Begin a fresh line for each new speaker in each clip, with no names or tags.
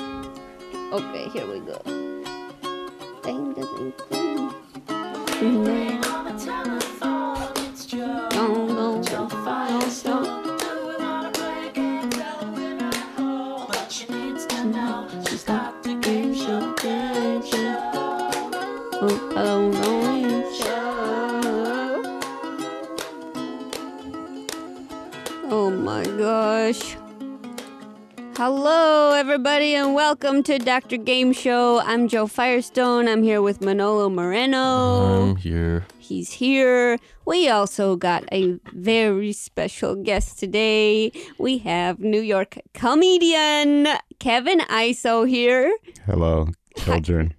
Okay, here we go. Time doesn't include. No, no, no. Oh, I don't know it. Oh my gosh. Hello, everybody, and welcome to Dr. Game Show. I'm Joe Firestone. I'm here with Manolo Moreno.
I'm here.
He's here. We also got a very special guest today. We have New York comedian Kevin Iso here.
Hello, children.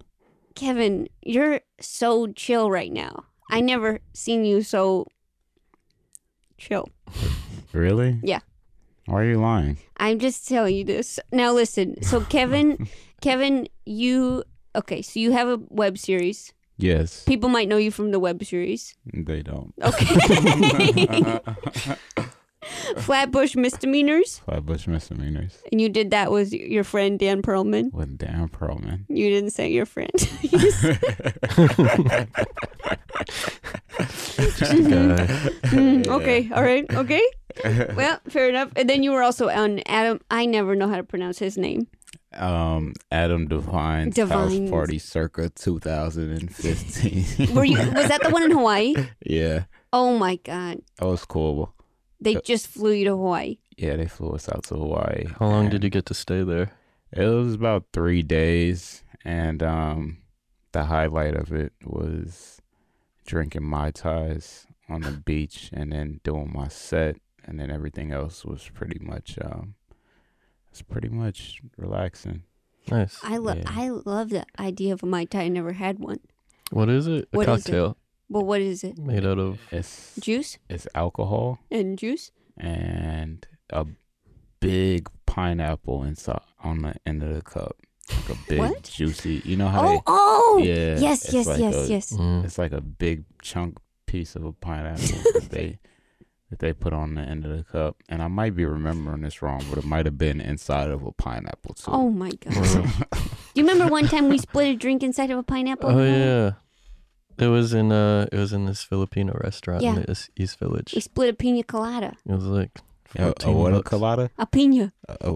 Kevin, you're so chill right now. I never seen you so chill.
really?
Yeah.
Why are you lying?
I'm just telling you this. Now listen. So Kevin, Kevin, you okay? So you have a web series.
Yes.
People might know you from the web series.
They don't.
Okay. Flatbush misdemeanors,
Flatbush misdemeanors
and you did that with your friend Dan Perlman.
with Dan Perlman.
You didn't say your friend. You said- Mm, okay. All right. Mm-hmm. Okay. Well, fair enough. And then you were also on Adam. I never know how to pronounce his name.
Um, Adam Devine's
Devine's.
House Party circa 2015.
Were you? Was that the one in Hawaii?
yeah,
Oh my God!
that was cool.
They just flew you to Hawaii.
Yeah, they flew us out to Hawaii.
How long did you get to stay there?
It was about three days, and um, the highlight of it was drinking mai tais on the beach, and then doing my set, and then everything else was pretty much um, it's pretty much relaxing.
Nice.
I love
Yeah.
I love the idea of a mai tai. I never had one.
What is it? A
What is it?
cocktail
But what is it?
made out of.
It's
Juice
it's alcohol
and juice.
and a big pineapple inside on the end of the cup, like a big
What?
juicy. You know how
Oh oh
Yeah,
yes
it's
yes
like
yes
a-
yes.
they,
Mm.
it's like a big chunk piece of a pineapple that they that they put on the end of the cup. And I might be remembering this wrong, but it might have been inside of a pineapple too.
Oh my god!
Wow.
Do you remember one time we split a drink inside of a pineapple?
oh yeah. It was in uh it was in this Filipino restaurant
Yeah.
in the East- East Village.
We split a pina colada.
It was like
A, a
14
what a
bucks.
colada?
A pina.
A,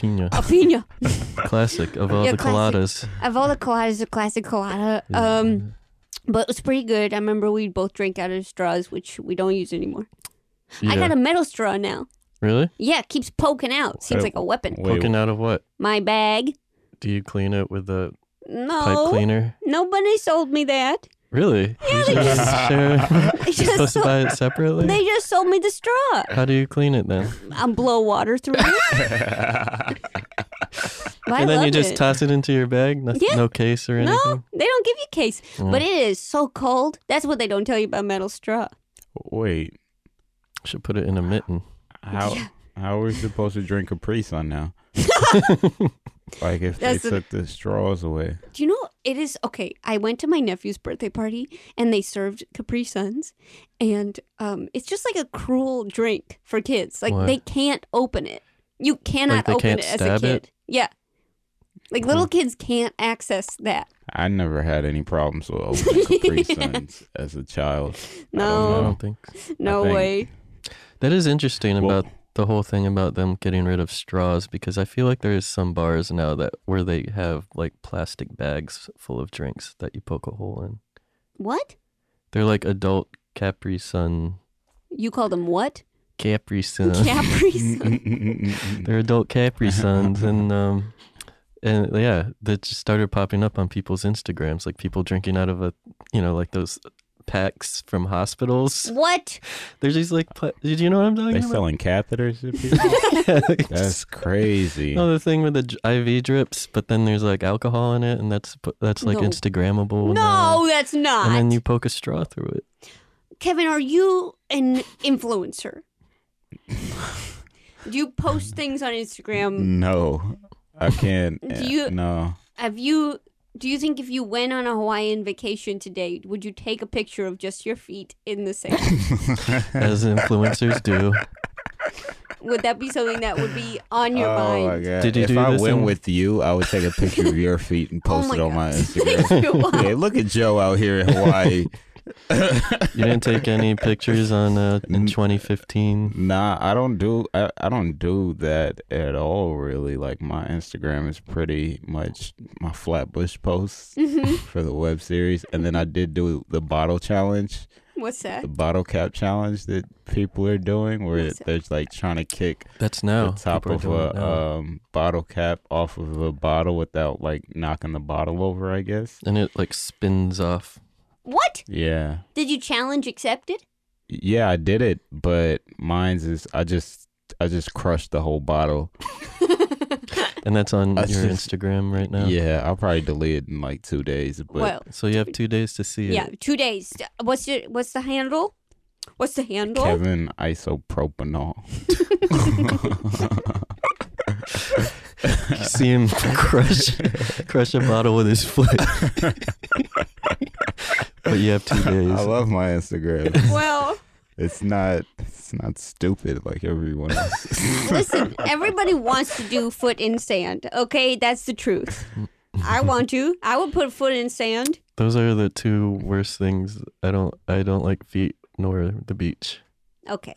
Pina.
A pina.
classic of all
Yeah,
the
classic.
coladas.
of all the coladas, a classic colada. Um, but it was pretty good. I remember we both drank out of straws, which we don't use anymore. I got a metal straw now.
Really?
Yeah, it keeps poking out. Seems
Oh.
like a weapon.
Wait,
Poking out of what?
My bag.
Do you clean it with a pipe
No,
cleaner?
nobody sold me that.
Really? Yeah,
they just- They
You're
just
supposed to
sold-
buy it separately? Uh.
They just sold me the straw.
How do you clean it then?
I blow water through it. But I
and then you
love
just
it.
toss it into your bag? No,
Yeah.
no case or anything?
No, they don't give you case, but it is so cold. That's what they don't tell you about metal straw.
wait,
Should put it in a mitten.
how how are we supposed to drink Capri Sun now? like if
That's
they
the-
took the straws away.
Do you know it is okay? I went to my nephew's birthday party and they served Capri Suns, and um, it's just like a cruel drink for kids. Like
What?
they can't open it. You cannot
they
open
can't
it as a
stab
kid.
it? Hmm.
Yeah, like little kids can't access that.
I never had any problems with opening Capri Suns as a child.
I
No,
know.
don't think.
no
I think-
way.
That is interesting
Well-
about the whole thing about them getting rid of straws because I feel like there is some bars now that where they have like plastic bags full of drinks that you poke a hole in.
What
They're like adult Capri Sun.
you call them? What
Capri Sun.
Capri Suns?
They're adult Capri Suns and um and yeah, that just started popping up on people's Instagrams, like people drinking out of a you know, like those packs from hospitals.
What?
There's these like, pla- do you know what I'm talking
They
about?
selling catheters to people? That's crazy.
No, the thing with the j- IV drips, but then there's like alcohol in it, and that's pu- that's like
No.
Instagrammable. now.
No, that's not.
and then you poke a straw through it.
Kevin, are you an influencer? Do you post things on Instagram?
No, I can't.
Do you-
No,
Have you? Do you think if you went on a Hawaiian vacation today, would you take a picture of just your feet in the sand?
As influencers do.
would that be something that would be on your
oh my
mind?
god!
Did you
if
do
I
this
went
in-
with you, I would take a picture of your feet and
Oh
post
my
it on my
God.
Instagram.
Wow.
hey, look at Joe out here in Hawaii.
You didn't take any pictures on uh, in
N-
2015.
Nah, I don't do I, I don't do that at all really. Like my Instagram is pretty much my Flatbush posts
Mhm.
for the web series. And then I did do the bottle challenge,
What's that?
the bottle cap challenge that people are doing where
What's that?
they're like trying to kick
That's now.
the top
People are
of
doing it
a
now.
um, bottle cap off of a bottle without like knocking the bottle over, I guess.
and it like spins off.
What?
Yeah.
Did you challenge accepted?
Yeah, I did it, but mine's is I just I just crushed the whole bottle.
And that's on
I
your
just-
Instagram right now.
Yeah, I'll probably delete it in like two days. But
well,
So you have two days to see
yeah,
it.
two days. What's your what's the handle? What's the handle?
Kevin isopropanol.
You see him crush crush a bottle with his foot. but you have two
I
days.
love my Instagram.
Well,
It's not it's not stupid like everyone else.
listen, everybody wants to do foot in sand. Okay, that's the truth. I want to. I would put foot in sand.
Those are the two worst things. I don't I don't like feet nor the beach.
Okay.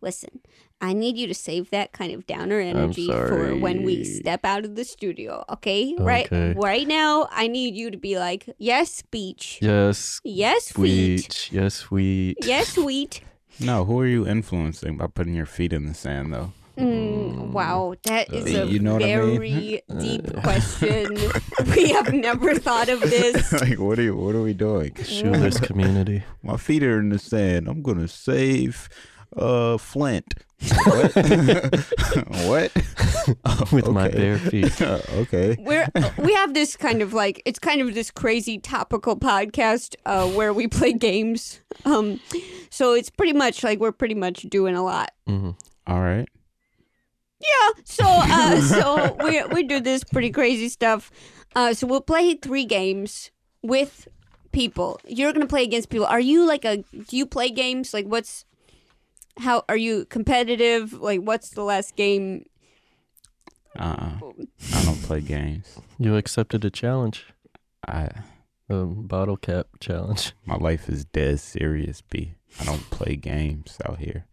Listen, I need you to save that kind of downer
I'm
energy for when we
sorry.
step out of the studio, okay? Right
Okay.
right now, I need you to be like, "Yes, beach.
Yes,
Yes, feet.
beach. Yes, sweet.
Yes, wheat."
no, who are you influencing by putting your feet in the sand though?
Mm, wow, that is
Uh,
a
you know what I mean?
very
Uh,
deep question. we have never thought of this.
like what are you what are we doing?
Shoeless community.
My feet are in the sand. I'm gonna save uh Flint. What? what?
With my
Okay.
bare feet.
okay.
We're, uh, we have this kind of like it's kind of this crazy topical podcast uh, where we play games. Um, so it's pretty much like we're pretty much doing a lot.
hmm
All right.
Yeah. So uh, so we we do this pretty crazy stuff. Uh, so we'll play three games with people. You're gonna play against people. Are you like a? Do you play games? Like what's how are you competitive? Like what's the last game?
Uh, I don't play games.
You accepted a challenge.
I
A bottle cap challenge.
my life is dead serious, B. I don't play games out here.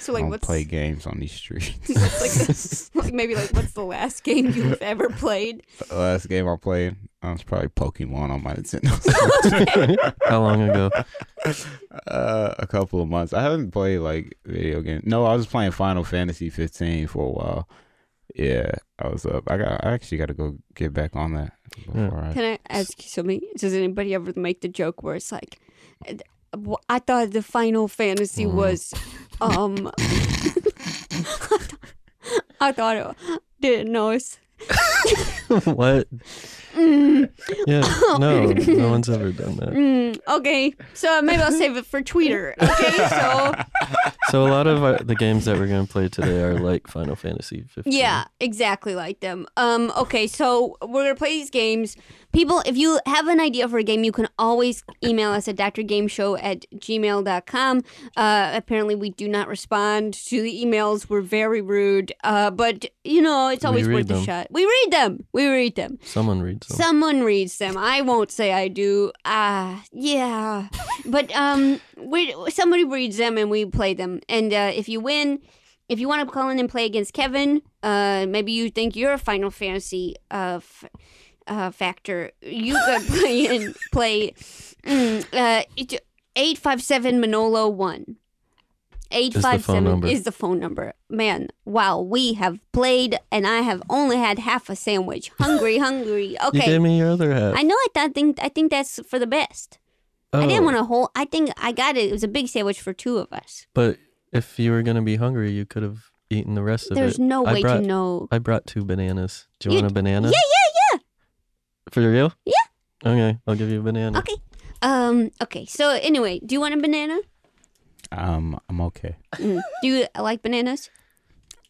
So
I
like
don't
what's
play games on these streets.
what's, like, the- like maybe like what's the last game you've ever played?
The last game I played, I was probably Pokemon on my Nintendo.
How long ago?
uh, a couple of months. I haven't played like video games. No, I was playing Final Fantasy 15 for a while. Yeah, I was up. I got. I actually got to go get back on that
Hmm.
before I.
Can I ask you something? Does anybody ever make the joke where it's like, "Uh, wh- I thought the Final Fantasy
Mm.
was, um, I thought it didn't know it's.
what?
Mm,
Yeah, no, no one's ever done that.
mm, okay, so maybe I'll save it for Twitter. Okay, so
So a lot of our, the games that we're gonna play today are like Final Fantasy 15.
Yeah, exactly like them. Um, okay, so we're gonna play these games. People, if you have an idea for a game, you can always email us at drgameshow at gmail.com. Uh, apparently, we do not respond to the emails. We're very rude, uh, but you know, it's
We
always
read
worth a
them.
shot. We read them. We read them.
Someone reads them.
Someone reads them. I won't say I do. Ah, yeah. but um, we somebody reads them and we play them. And uh, if you win, if you want to call in and play against Kevin, uh, maybe you think you're a Final Fantasy uh, f- uh factor. You could play and play mm, uh eight five seven Manolo one. Eight five seven
number.
is the phone number. Man, wow, we have played, and I have only had half a sandwich. Hungry, hungry.
You
Okay,
gave me your other half.
I know. I, th- I think I think that's for the best. I
Oh,
didn't want a whole. I think I got it. It was a big sandwich for two of us.
But if you were gonna be hungry, you could have eaten the rest of
There's
it.
no
I
way
brought-
to know.
I brought two bananas. Do you,
You-
want a banana?
Yeah, yeah,
For real?
Yeah.
Okay, I'll give you a banana.
yeah. Okay. Um. Okay. So anyway, do you want a banana?
Um, I'm okay.
Mm. do you like bananas?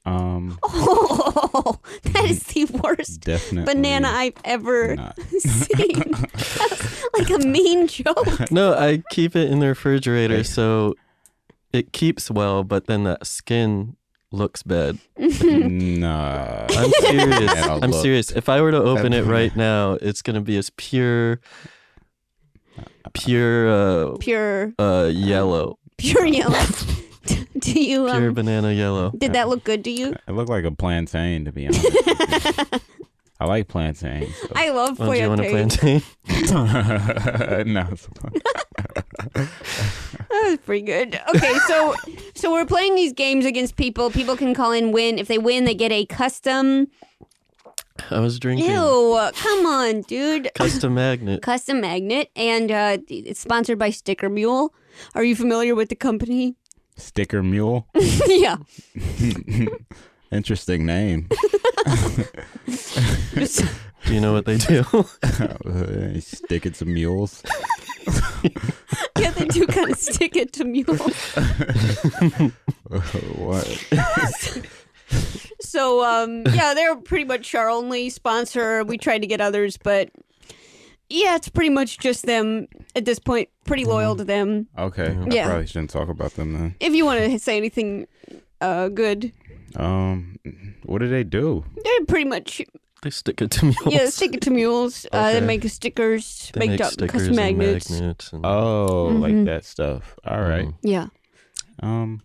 Um,
Oh, that is the worst
definitely
banana I've ever
not.
seen. That's like a mean joke.
No, I keep it in the refrigerator so it keeps well, but then that skin looks bad.
nah.
I'm serious.
Yeah,
I'm
look.
serious. If I were to open it right now, it's gonna be as pure, pure, uh,
pure,
uh yellow,
pure yellow. do you?
pure
Um,
banana yellow.
did that look good to you?
It looked like a plantain, to be honest. with you. I like plantains. so-
I love
Oh, do you want a
plantain.
plantain?
no. it's fine.
That was pretty good. Okay, so so we're playing these games against people. People can call in, win. If they win, they get a custom.
I was drinking
Ew! Come on, dude.
custom magnet.
Custom magnet, and uh, it's sponsored by Sticker Mule. Are you familiar with the company?
Sticker mule.
yeah.
Interesting name.
Do you know what they do?
Stick it to mules.
yeah, they do kind of stick it to mule.
what?
So um, yeah, they're pretty much our only sponsor. We tried to get others, but yeah, it's pretty much just them at this point. Pretty loyal
Mm-hmm.
to them.
Okay. I
Yeah.
probably shouldn't talk about them then.
If you want to say anything uh, good,
Um, what do they do?
they're pretty much
they stick it to mules.
yeah. Stick it to mules. Uh, they
Okay.
make stickers,
They
make,
make
up
stickers
custom
and
magnets.
magnets and-
Oh,
Mhm.
like that stuff. All right.
Yeah,
Mm-hmm. Um,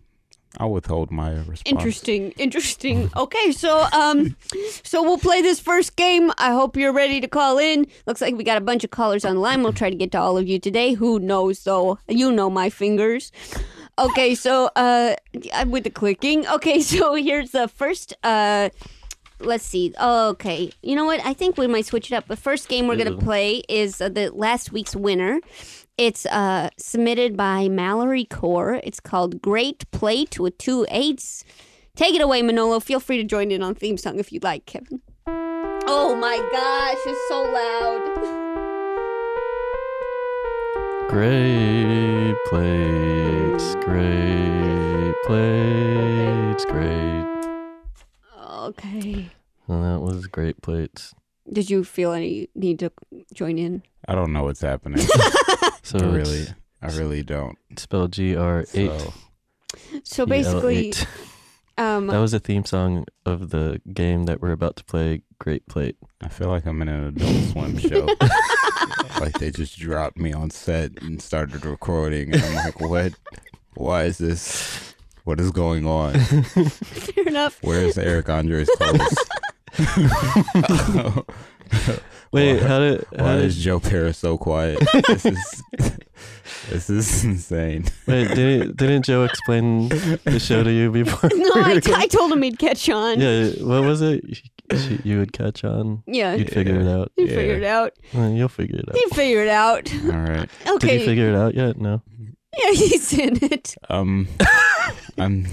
I'll withhold my response.
interesting, interesting. Okay, so um, so we'll play this first game. I hope you're ready to call in. Looks like we got a bunch of callers on the line. We'll try to get to all of you today. Who knows though? You know my fingers. Okay, so uh, I'm with the clicking. Okay, so here's the first uh. Let's see. Oh, Okay. You know what? I think we might switch it up. The first game we're going
Ooh.
to play is uh, the last week's winner. It's uh, submitted by Mallory Core. It's called Great Plate with two eights. Take it away, Manolo. Feel free to join in on theme song if you'd like, Kevin. Oh my gosh, it's so loud.
Great plates, great plates, great.
Okay.
And that was great plates.
Did you feel any need to join in?
I don't know what's happening.
So
I
it's
really, I really don't.
spelled G R eight.
So
So
E L
basically,
eight.
um,
that was a theme song of the game that we're about to play. Great plate.
I feel like I'm in an adult swim show. like they just dropped me on set and started recording. And I'm like, what? Why is this? What is going on?
fair enough.
Where's Eric Andre's clothes?
Wait,
Why-
how did how
Why
did
is Joe Paris so quiet? this is this is insane.
wait didn't, didn't Joe explain the show to you before?
No, I, t- I told him he'd catch on.
yeah, what was it? You- You would catch on.
Yeah,
You'd figure it out.
he
Yeah.
figured it out.
Uh, You'll figure it out.
He figured it out.
All right.
Did
Okay.
you figure it out yet? No.
yeah, he's in it.
Um, I'm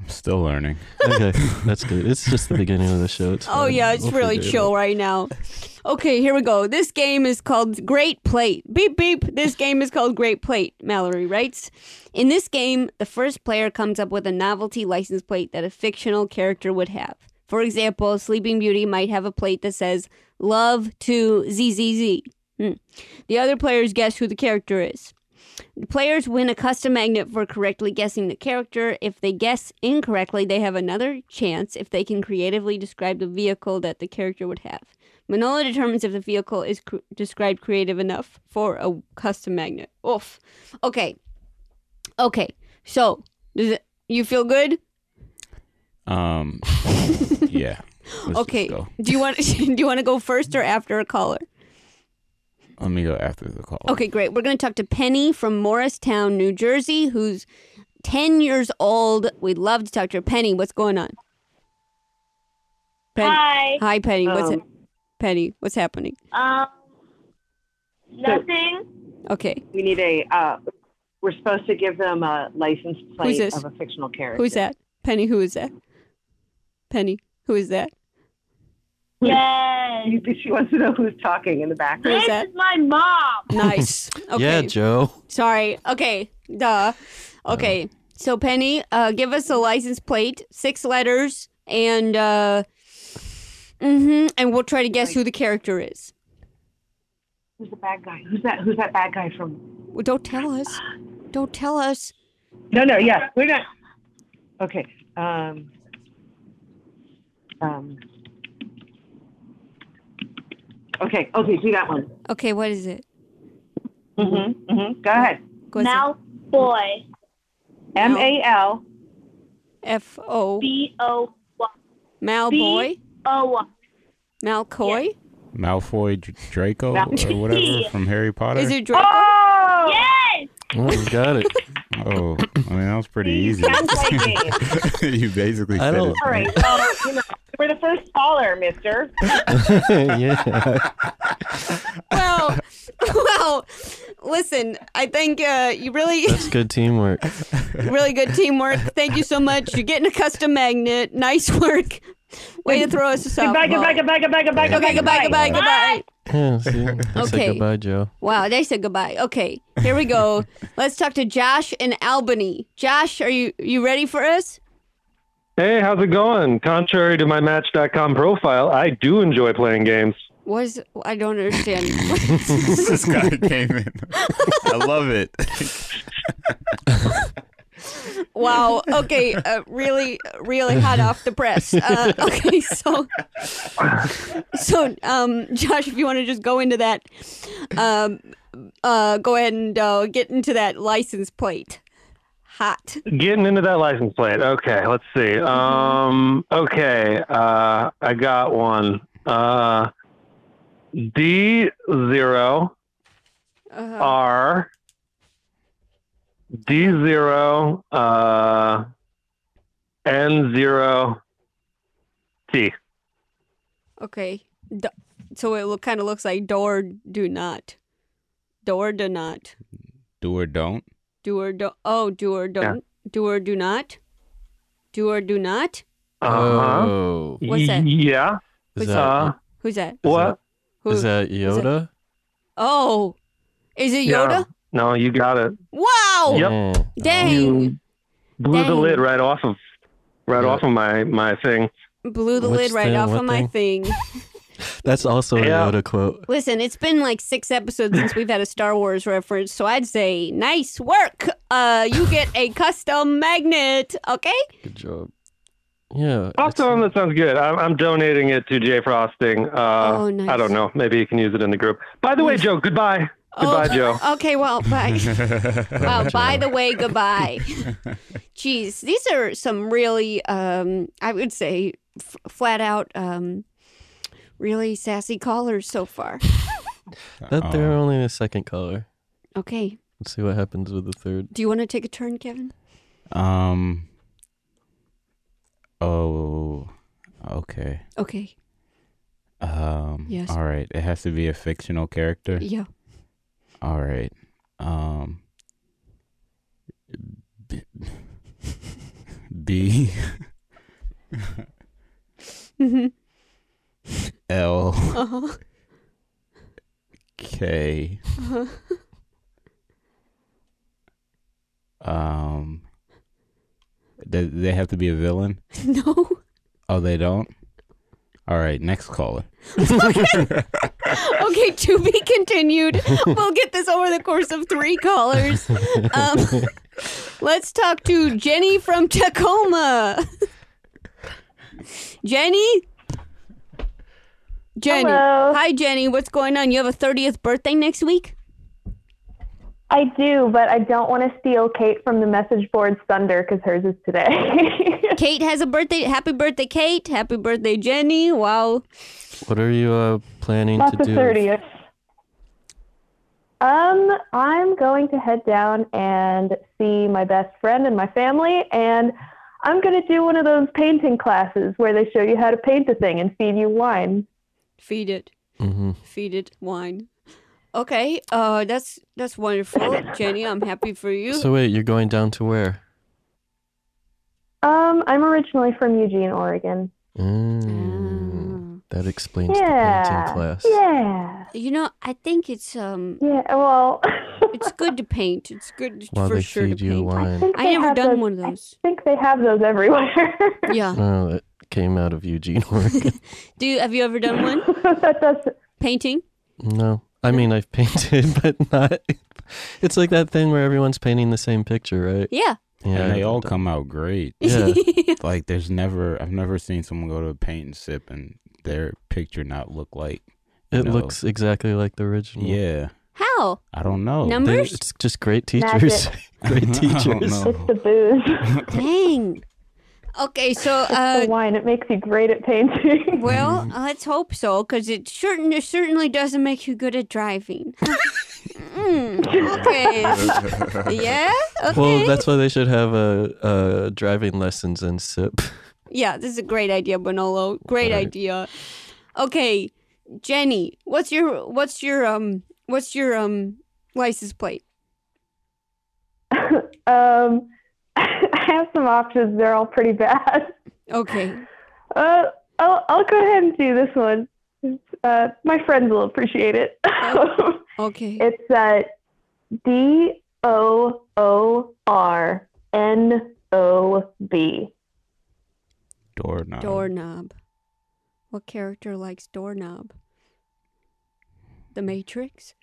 I'm still learning.
Okay, that's good. It's just the beginning of the show. It's
Oh
fine.
yeah, it's
Um, We'll
really
figure it
chill right now. Okay, here we go. This game is called Great Plate. Beep beep. This game is called Great Plate. Mallory writes, "In this game, the first player comes up with a novelty license plate that a fictional character would have. For example, Sleeping Beauty might have a plate that says Love to ZZZ." Hmm. The other players guess who the character is. The players win a custom magnet for correctly guessing the character. If they guess incorrectly, they have another chance if they can creatively describe the vehicle that the character would have. Manola determines if the vehicle is cr- described creative enough for a custom magnet. Oof. Okay. Okay. So, does it, you feel good?
Um, yeah. Let's just
okay.
go.
Do you want do you want to go first or after a caller?
Let me go after the call.
Okay, great. We're going to talk to Penny from Morristown, New Jersey, who's 10 years old. We'd love to talk to her. Penny, what's going on? Penny.
Hi.
Hi, Penny. What's
Um,
ha- Penny? What's happening?
Um, nothing.
Okay,
We need a. Uh, we're supposed to give them a license plate
this?
of a fictional character.
who's that? Penny, who is that? Penny, who is that?
Yes.
You- She wants to know who's talking in the background.
Who's
This
that?
is my mom.
Nice.
out.
Okay.
Yeah, Joe.
Sorry. Okay. Duh. Okay.
Uh-huh.
So Penny, uh, give us a license plate, six letters, and uh, mm-hmm, and we'll try to guess who the character is.
Who's the bad guy? Who's that? Who's that bad guy from?
Well, don't tell us. Don't tell us.
No, no, yeah, we're not. Okay. Um, um, okay. Okay. Do that one.
Okay, what is it?
Mm-hmm. Mm-hmm. Go ahead.
Go ahead.
Mouth boy.
M A L.
F O
B O Y.
Malboy
O Y.
Malcoy.
Malfoy Dr- Draco
Mal-
Oh, or whatever from Harry Potter.
Is it
Ah!
Oh.
Draco?
Yes!
Oh, you got it.
oh, I mean that was pretty
See,
easy.
sounds like it.
you basically
I
said
don't-
it.
All right. Well, you know, you were the first caller, Mister.
yeah.
Well, well. Listen, I think uh, you really,
That's good teamwork.
really good teamwork. Thank you so much. You're getting a custom magnet. Nice work. Way to throw us a softball.
Goodbye. Goodbye. Goodbye. Goodbye. Goodbye. Goodbye.
Okay, goodbye, goodbye, goodbye.
Yeah, see? Say
Okay.
goodbye, Joe.
Wow, they said goodbye. Okay, here we go. Let's talk to Josh in Albany. Josh, are you you ready for us?
Hey, how's it going? Contrary to my Match.com profile, I do enjoy playing games.
What is I don't understand.
this guy came in. I love it.
wow. Okay. Uh, really, really hot off the press. Uh, okay. So, so um, Josh, if you want to just go into that, um, uh, go ahead and uh, get into that license plate. Hot.
Getting into that license plate. Okay, let's see. Um, okay, uh, I got one. Uh, D zero
Uh,
R D zero uh N zero T.
okay. Do- so it look, kind of looks like door do not, door do not,
Do or don't.
do or do. Oh, do or don't, do or do not, do or do not.
Uh-huh.
Oh.
What's that?
Y- Yeah.
Is
What's
that,
Uh,
Who's that?
what?
Who?
is that Yoda?
oh, is it
Yeah.
Yoda?
No, you got it.
Wow.
Yep.
Yeah.
Oh, Dang.
You blew the
Dang.
lid right off of right
Yeah.
off of my my thing.
Blew the
What's
lid right
the-
off
what
of my thing.
That's also a
Yeah.
Yoda quote.
Listen, it's been like six episodes since we've had a Star Wars reference, so I'd say nice work. Uh, you get a custom magnet, okay?
Good job. Yeah. it's-
Awesome, that sounds good. I'm, I'm donating it to Jay Frosting. Uh,
Oh, nice. Oh,
I don't know. Maybe you can use it in the group. By the way, Joe, goodbye. Goodbye, Joe.
Okay, well, bye. Wow, by the way, goodbye. Jeez, these are some really, um, I would say, f- flat out, um, really sassy callers so far.
That they're only the second color.
Okay,
Let's see what happens with the third.
do you want to take a turn, Kevin?
Um. Oh. Okay.
Okay,
Um.
Yes.
All right. It has to be a fictional character.
yeah.
All right. Um. B. B
Mhm.
L
Uh-huh.
K.
Uh-huh.
Um. Does they have to be a villain?
No.
Oh, they don't. All right. Next caller.
Oh Okay, to be continued. We'll get this over the course of three callers. Um, let's talk to Jenny from Tacoma. Jenny? Jenny.
Hello.
Hi, Jenny. What's going on? You have a 30th birthday next week?
I do, but I don't want to steal Kate from the message board's thunder because hers is today.
Kate has a birthday. Happy birthday, Kate. Happy birthday, Jenny. Wow.
What are you uh, planning
Not
to
the
do?
thirtieth. Um, I'm going to head down and see my best friend and my family, and I'm going to do one of those painting classes where they show you how to paint a thing and feed you wine.
Feed it.
hmm
Feed it wine. Okay. Uh, that's that's wonderful, Jenny. I'm happy for you.
So wait, you're going down to where?
Um, I'm originally from Eugene, Oregon.
Mm, Ah, That explains the
Yeah.
painting class.
Yeah.
You know, I think it's um
Yeah. Well,
It's good to paint. It's good
While
for
they
sure to
feed you
paint.
I
wine.
think
I
they
never
have
done
those-
one of those.
I think they have those everywhere.
Yeah.
Oh, that came out of Eugene, Oregon.
Do you have you ever done one
that does.
painting?
no, I mean I've painted, but not. It's like that thing where everyone's painting the same picture, right?
Yeah.
Yeah,
and they all come out great.
Yeah.
Like there's never I've never seen someone go to a paint and sip and their picture not look like
It
No.
looks exactly like the original.
yeah.
How?
I don't know.
Number-
They-
Numbers?
it's just great
Magic.
teachers. great
I don't
teachers.
know.
It's the booze.
Dang. Okay, so uh,
the wine. It makes you great at painting.
Mm-hmm.
well, uh, let's hope so, because it certain it certainly doesn't make you good at driving. mm, okay. Yeah. Okay.
Well, that's why they should have uh, uh, driving lessons and sip.
yeah, this is a great idea, Bonolo. Great
Right.
idea. Okay, Jenny, what's your what's your um what's your um license plate?
um, I have some options. They're all pretty bad.
Okay.
Uh, I'll I'll go ahead and do this one. Uh, my friends will appreciate it.
Okay.
it's uh, D O O R N O B.
Doorknob.
doorknob. What character likes doorknob? The Matrix?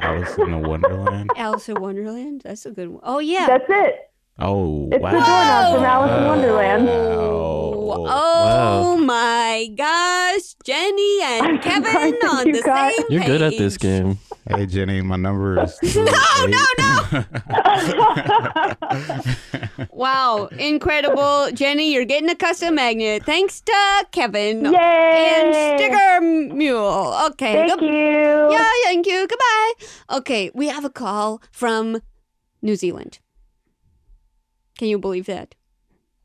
Alice in the Wonderland.
Alice in Wonderland? That's a good one. Oh yeah.
That's it.
Oh
It's
wow.
the doorknob from Alice in
Wow.
Wonderland.
Oh,
Wow.
oh my gosh, Jenny and
I'm
Kevin
surprised
on
you
the
got-
same
You're good at this
page.
game.
Hey Jenny, my number is
No, no,
no, no.
Wow, incredible. Jenny, you're getting a custom magnet. Thanks to Kevin
Yay!
and Sticker Mule. Okay.
Thank
good-
you.
Yeah, thank you. Goodbye. Okay, we have a call from New Zealand. Can you believe that?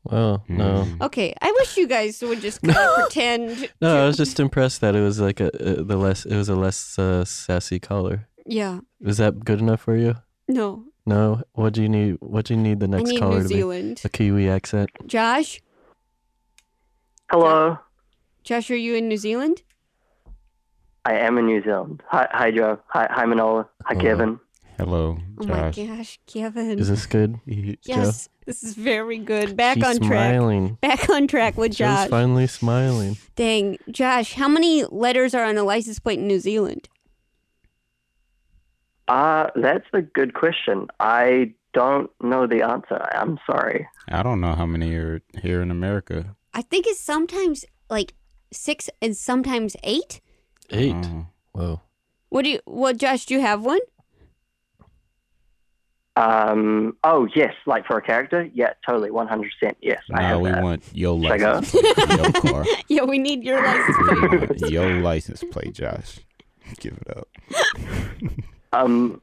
Wow.
Hmm.
No.
Okay, I wish you guys would just kind of pretend.
No, I was just impressed that it was like a, uh the less it was a less uh, sassy caller.
Yeah,
Is that good enough for you?
no.
No. What do you need? What do you need the next
I need
caller
New
to
Zealand.
be? A Kiwi accent.
Josh?
Hello,
Josh, are you in New Zealand?
I am in New Zealand. Hi, hi Joe. Hi, hi Manola. Hi,
Hello.
Kevin.
Hello,
Oh
Josh.
my gosh, Kevin.
Is this good?
yes, this is very good. Back
She's
on track.
smiling.
Back on track with
Joe's
Josh.
finally smiling.
Dang, Josh, how many letters are on a license plate in New Zealand?
Uh, that's a good question. I don't know the answer. I- I'm sorry.
I don't know how many are here in America.
I think it's sometimes like six and sometimes eight.
Eight.
Uh,
Whoa.
What do you? Well, Josh, do you have one?
Um, oh, yes, like for a character? Yeah, totally. 100%. Yes, I
now
have
we
that.
want your
Check out.
license, plate for your car.
yeah, we need your license plate.
We want your license plate, Josh. Give it up.
Um,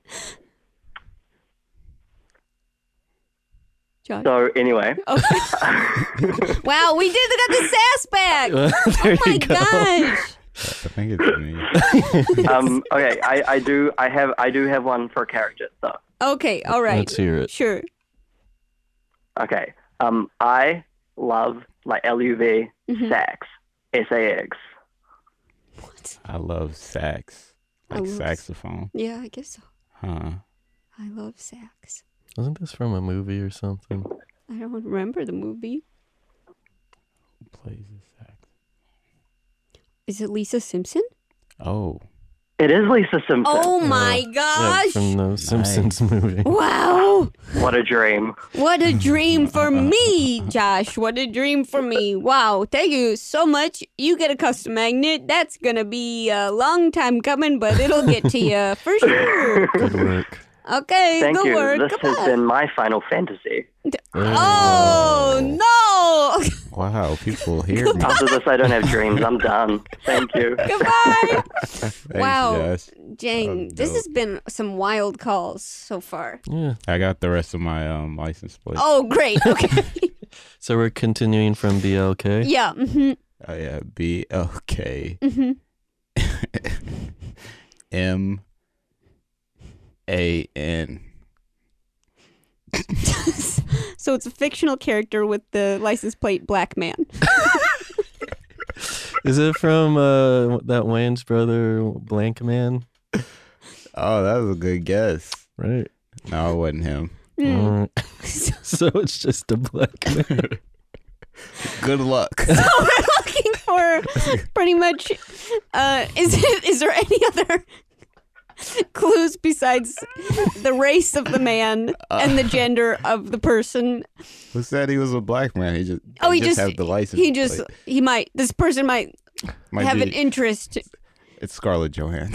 Josh.
so, anyway,
Okay. wow, we did got the sass back.
there
oh my
you go.
gosh.
I think it's me.
um, okay, I, I do I have I do have one for a character, though.
Okay, all right.
Let's hear it.
Sure.
Okay. Um, I love, like L U V,
Mhm.
sax, S A X.
I love sax,
I
like
love-
saxophone,
Yeah, I guess so.
huh?
I love sax.
Wasn't this from a movie or something?
I don't remember the movie.
Who plays the sax?
Is it Lisa Simpson?
Oh,
It is Lisa Simpson.
Oh my
Yeah,
gosh.
from the Simpsons movie.
Wow.
What a dream.
What a dream for me, Josh. What a dream for me. Wow. Thank you so much. You get a custom magnet. That's going to be a long time coming, but it'll get to you for sure.
Good work.
Okay,
Thank
good
you.
work.
This
Goodbye.
has been my final fantasy.
Oh,
Oh no!
wow! People hear me.
After this, I don't have dreams. I'm done. Thank you.
Goodbye.
Thanks,
Wow.
Josh.
Jane,
Oh,
this
no.
has been some wild calls so far.
Yeah.
I got the rest of my um license plate.
Oh, great. Okay.
So we're continuing from BLK.
yeah. mhm,
Oh yeah, B L K
mhm.
M A N.
so it's a fictional character with the license plate black man.
Is it from uh, that Wayne's brother Blank Man?
Oh, that was a good guess.
Right.
No, it wasn't him.
Mm.
All right.
so
so it's just a black man.
Good luck.
we're looking for pretty much. Uh, is it, is there any other clues besides the race of the man and the gender of the person.
Who said he was a black man? He just
Oh, he,
have the license.
He just
plate.
he might. This person might
Might
have
be-
an interest.
it's Scarlett Johansson.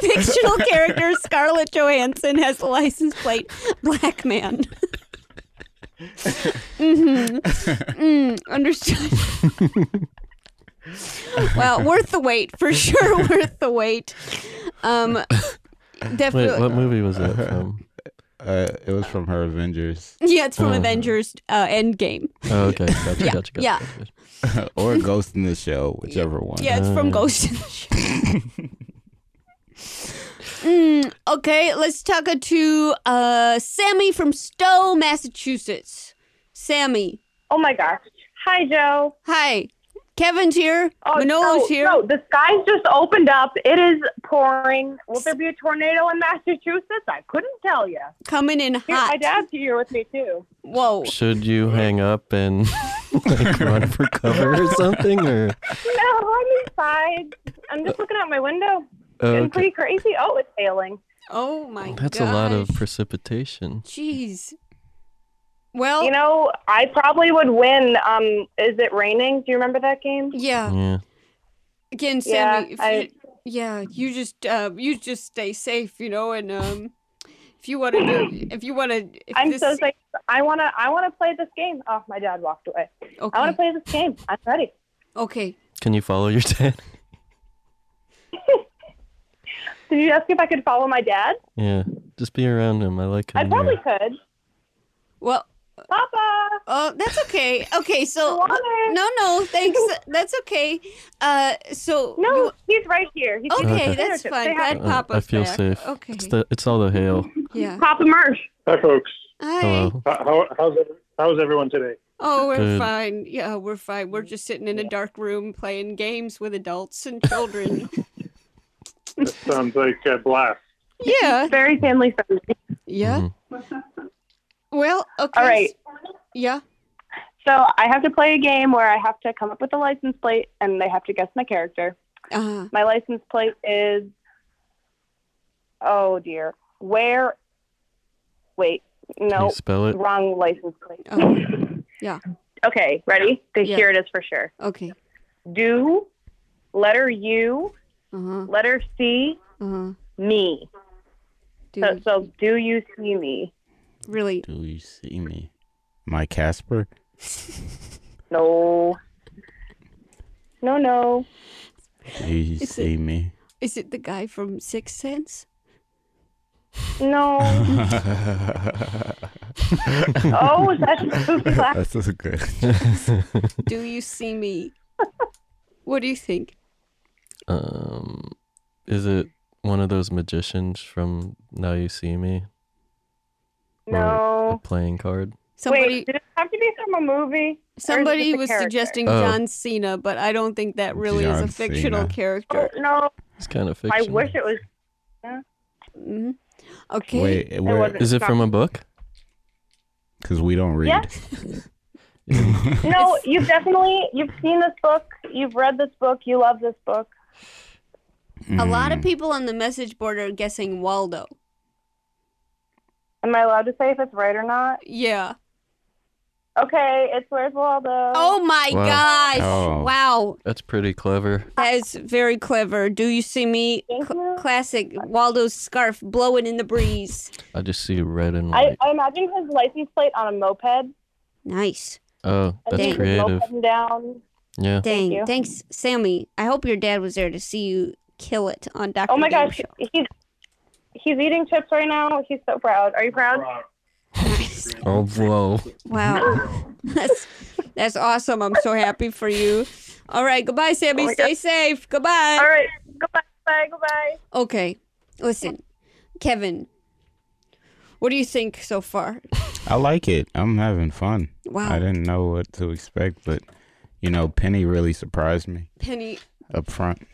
Fictional character Scarlett Johansson has a license plate black man. hmm Mm, understood. well, worth the wait for sure. Worth the wait. Um, definitely.
Wait, what movie was that from?
Uh, it was from her Avengers
Yeah, it's from
Uh.
Avengers uh, Endgame.
Oh, okay. Gotcha,
Yeah,
gotcha, gotcha.
yeah.
gotcha.
or Ghost in the Shell, whichever one.
Yeah, it's from
Uh.
Ghost in the Shell. Mm, okay, let's talk to uh, Sammy from Stowe, Massachusetts. Sammy,
Oh my gosh. Hi, Joe.
hi. Kevin's here. Manolo's
Oh, no,
here.
No, the skies just opened up. It is pouring. Will there be a tornado in Massachusetts? I couldn't tell you.
Coming in
Here, my
hot.
dad's here with me too.
Whoa.
Should you hang up and like run for cover or something? Or
No, I'm inside. I'm just looking out my window.
oh,
Getting
okay.
pretty crazy. Oh, it's hailing.
Oh my god.
that's a lot of precipitation.
Jeez. Well,
You know, I probably would win. Um, is it raining? Do you remember that game?
yeah.
Yeah.
Again,
Yeah,
Sammy, if
I-
you, yeah, you just uh, you just stay safe, you know, and um, if you want to do, if you want to, if
I'm
this,
so excited. I wanna, I wanna play this game. Oh, my dad walked away.
okay,
I wanna play this game. I'm ready.
okay,
Can you follow your dad?
Did you ask if I could follow my dad?
Yeah. Just be around him. I like him.
I probably
there.
could.
well,
Papa,
oh, that's okay, okay,
I
so
want it.
no, no, thanks, that's okay, uh, so
No,
you-
he's right here. He's
okay,
Okay.
that's
Say
fine.
hi.
Glad
Uh,
Papa's
I feel
back.
safe.
Okay,
It's the it's all the hail.
yeah.
Papa Marsh.
Hi, folks.
Hi.
Hello.
How, how, how's, ev- how's everyone today?
Oh, we're
Good.
fine. Yeah, we're fine. We're just sitting in a dark room playing games with adults and children.
That sounds like a blast.
yeah,
Very family friendly.
yeah.
Mhm.
Well, okay.
All right.
Yeah.
So I have to play a game where I have to come up with a license plate and they have to guess my character.
Uh,
My license plate is. Oh dear. Where. Wait.
Can
No.
you spell it?
Wrong license plate.
oh,
Okay. Ready? They
Yeah.
Here it is for sure.
okay.
Do. Letter U.
Uh-huh.
Letter C.
Uh-huh.
Me.
Dude,
So, so do you see me?
really.
Do you see me? My Casper?
No. No, no.
Do you
It's a-
see me?
Is it the guy from Sixth Sense?
No. Oh, that's spooky laugh.
That's so good.
Do you see me? what do you think?
um, is it one of those magicians from Now You See Me?
No.
The playing card.
Somebody
Wait, did it have to be from a movie?
somebody
a
was
character?
suggesting
Oh.
John Cena, but I don't think that really is a
John
fictional
Cena.
Oh,
character.
no,
It's kind of
I
fictional.
wish it was.
hmm Okay.
Wait,
wasn't.
Is it from a book?
because we don't read.
Yeah. No, you've definitely you've seen this book, you've read this book, you love this book.
A lot of
Mm.
people on the message board are guessing Waldo.
Am I allowed to say if it's right or not?
Yeah.
Okay, it's Where's Waldo.
Oh my
Wow.
gosh.
Oh.
Wow.
That's pretty clever.
That is very clever. Do you see me?
Thank
Cl-
you.
classic Waldo's scarf blowing in the breeze.
I just see red and
I,
white.
I imagine his license plate on a moped. and
Nice.
oh,
he
that's
was
creative.
mopeding down.
Yeah.
Dang.
you.
Thanks, Sammy. I hope your dad was there to see you kill it on Dr.
Oh my
Game
gosh,
Show.
he's he's eating chips right now. He's so proud. Are you proud?
Nice.
Oh, whoa.
Wow. that's that's awesome. I'm so happy for you. All right. Goodbye, Sammy.
Oh my
Stay safe. Goodbye.
All right, goodbye, goodbye, goodbye.
Okay. Listen, Kevin. What do you think so far?
I like it. I'm having fun. I
Wow.
didn't know what to expect, but you know, Penny really surprised me
Penny.
up front.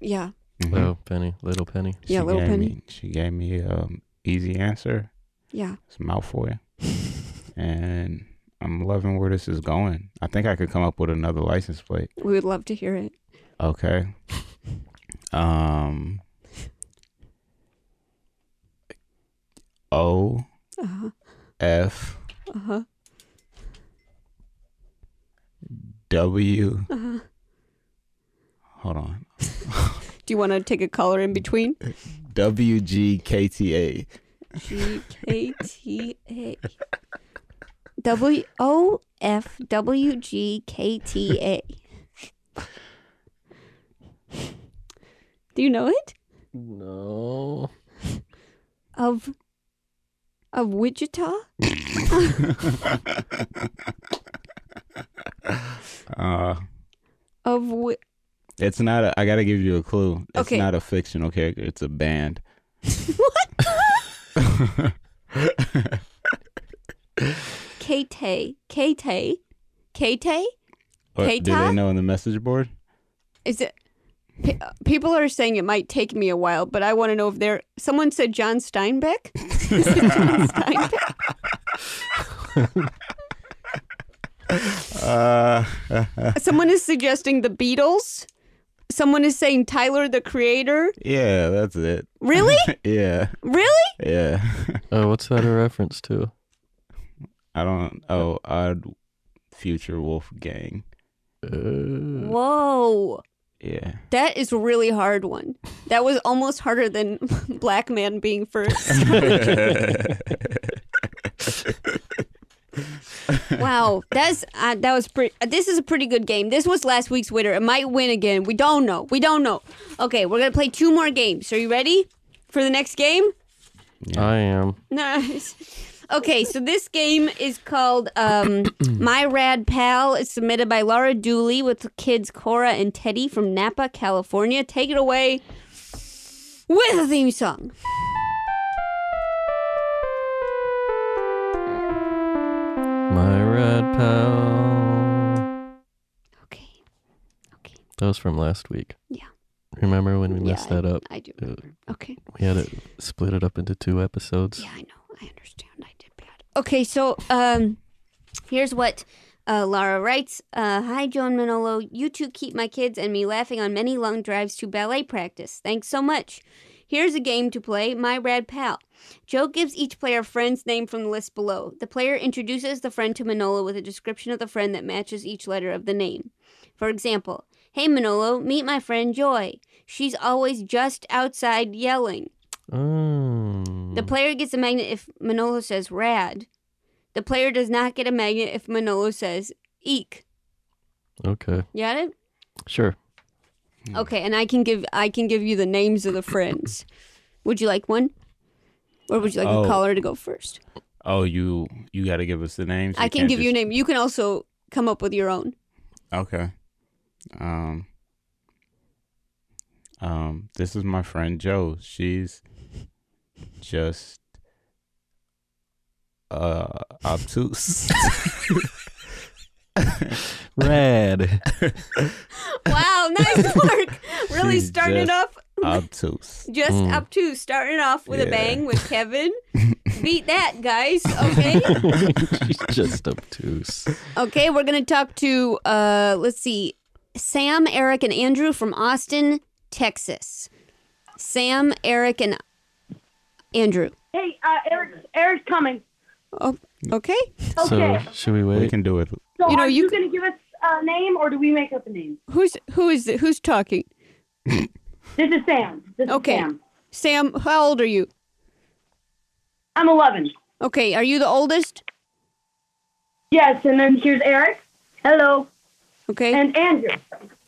Yeah.
Mhm.
Oh, Penny. Little Penny.
She
Yeah, little
gave
Penny.
Me, she gave me um easy answer.
Yeah.
It's Malfoy, and I'm loving where this is going. I think I could come up with another license plate.
We would love to hear it.
Okay. Um. O
Uh-huh.
F
Uh-huh.
W.
Uh-huh.
Hold on.
Do you want to take a color in between?
W G K T A.
G K T A W O F W G K T A. Do you know it?
No.
Of of Wichita?
Uh,
Of Wi-
it's not a. I gotta give you a clue. It's
Okay.
not a fictional character. It's a band.
what? Kate. Kate. Kate?
Or, do they
K-Top?
know in the message board?
Is it? Pe- uh, people are saying it might take me a while, but I want to know if they're. Someone said John Steinbeck. Is it John Steinbeck?
Uh,
Someone is suggesting the Beatles. Someone is saying Tyler the Creator.
yeah, that's it.
Really?
Yeah,
really?
yeah.
Oh, what's that a reference to?
I don't. Oh, odd future wolf gang.
Uh,
Whoa.
Mm. Yeah.
That is a really hard one. That was almost harder than Black Man being first. Wow, that's uh, that was pretty. uh, This is a pretty good game. This was last week's winner. It might win again. We don't know. We don't know. Okay, we're gonna play two more games. Are you ready for the next game?
I am.
Nice. Okay, so this game is called um, My Rad Pal. It's submitted by Laura Dooley with the kids Cora and Teddy from Napa, California. Take it away with a theme song.
My red pal.
Okay,
That was from last week.
Yeah.
Remember when we
Yeah,
messed that up?
I do
Uh,
remember. Okay.
We had it split it up into two episodes.
Yeah, I know. I understand. I did bad. Okay, so um, here's what uh, Lara writes. Uh, Hi, Joan Manolo. You two keep my kids and me laughing on many long drives to ballet practice. Thanks so much. Here's a game to play, My Rad Pal. Joe gives each player a friend's name from the list below. The player introduces the friend to Manolo with a description of the friend that matches each letter of the name. For example, Hey Manolo, meet my friend Joy. She's always just outside yelling.
Mm.
The player gets a magnet if Manolo says rad. The player does not get a magnet if Manolo says eek.
okay.
You got it?
Sure.
Mm.
Okay, and I can give I can give you the names of the friends. Would you like one? Or would you like
Oh.
a caller to go first?
Oh, you you got to give us the names.
I can
can't
give you a
just-
name. You can also come up with your own.
Okay. Um. Um. This is my friend Joe. She's just uh obtuse.
Rad.
Wow, nice work. really
She's
starting
just
off
obtuse.
just
Mm.
up to starting off with a
Yeah.
bang with Kevin. Beat that, guys. Okay.
She's just obtuse.
Okay, we're gonna talk to uh let's see, Sam, Eric, and Andrew from Austin, Texas. Sam, Eric, and Andrew.
Hey, uh, Eric's Eric's coming.
Oh, Okay.
So
Okay.
should we
We
wait?
can do it.
So
You know,
are
you
you,
c-
gonna give us a name, or do we make up a name?
Who's who is it? Who's talking?
This is Sam. This
Okay.
is Sam.
Sam, how old are you?
I'm 11.
Okay, are you the oldest?
Yes, and then here's Eric. Hello.
Okay.
And Andrew.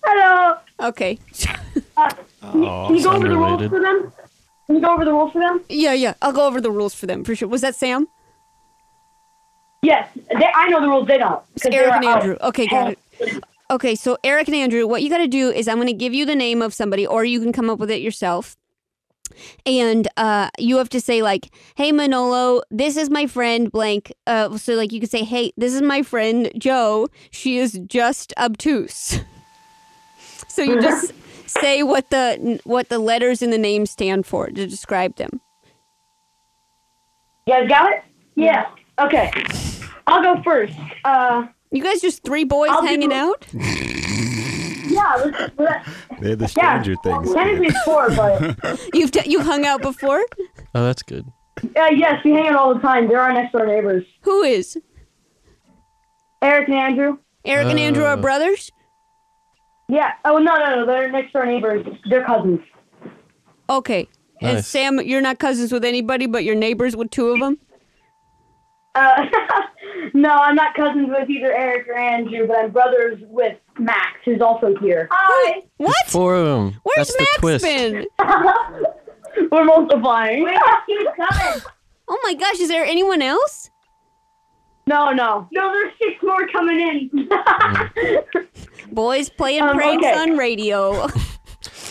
Hello.
Okay.
Can you go
sound
over the rules
related.
for them? Can you go over the rules for them?
Yeah, yeah. I'll go over the rules for them for sure. Was that Sam?
Yes, they, I know the rules. They don't. 'cause they
Eric
were
and
out.
Andrew. Okay, got it. Okay, so Eric and Andrew, what you got to do is I'm going to give you the name of somebody, or you can come up with it yourself. And uh, you have to say like, "Hey Manolo, this is my friend blank." Uh, so like you could say, "Hey, this is my friend Joe. She is just obtuse." so you just say what the what the letters in the name stand for to describe them.
You guys got it? Yeah. Okay. I'll go first. Uh,
You guys just three boys
I'll do-
hanging out.
yeah. Let's, let
They're the Stranger Things.
Technically it's four, but
You've t- you hung out before?
Oh, that's good.
uh, yes, we hang out all the time. They're our next door neighbors.
Who is?
Eric and Andrew.
Eric and Andrew are
Uh.
brothers?
Yeah. Oh no, no, no. They're next door neighbors. They're cousins.
Okay. And
Nice.
Sam, you're not cousins with anybody, but you're neighbors with two of them?
Uh, no, I'm not cousins with either Eric or Andrew, but I'm brothers with Max, who's also here. Hi.
What?
Four of them.
Where's
that's
Max
the twist.
been?
We're multiplying.
Oh my gosh, is there anyone else?
No, no. No, there's six more coming in.
Boys playing
Um,
pranks
okay.
on radio.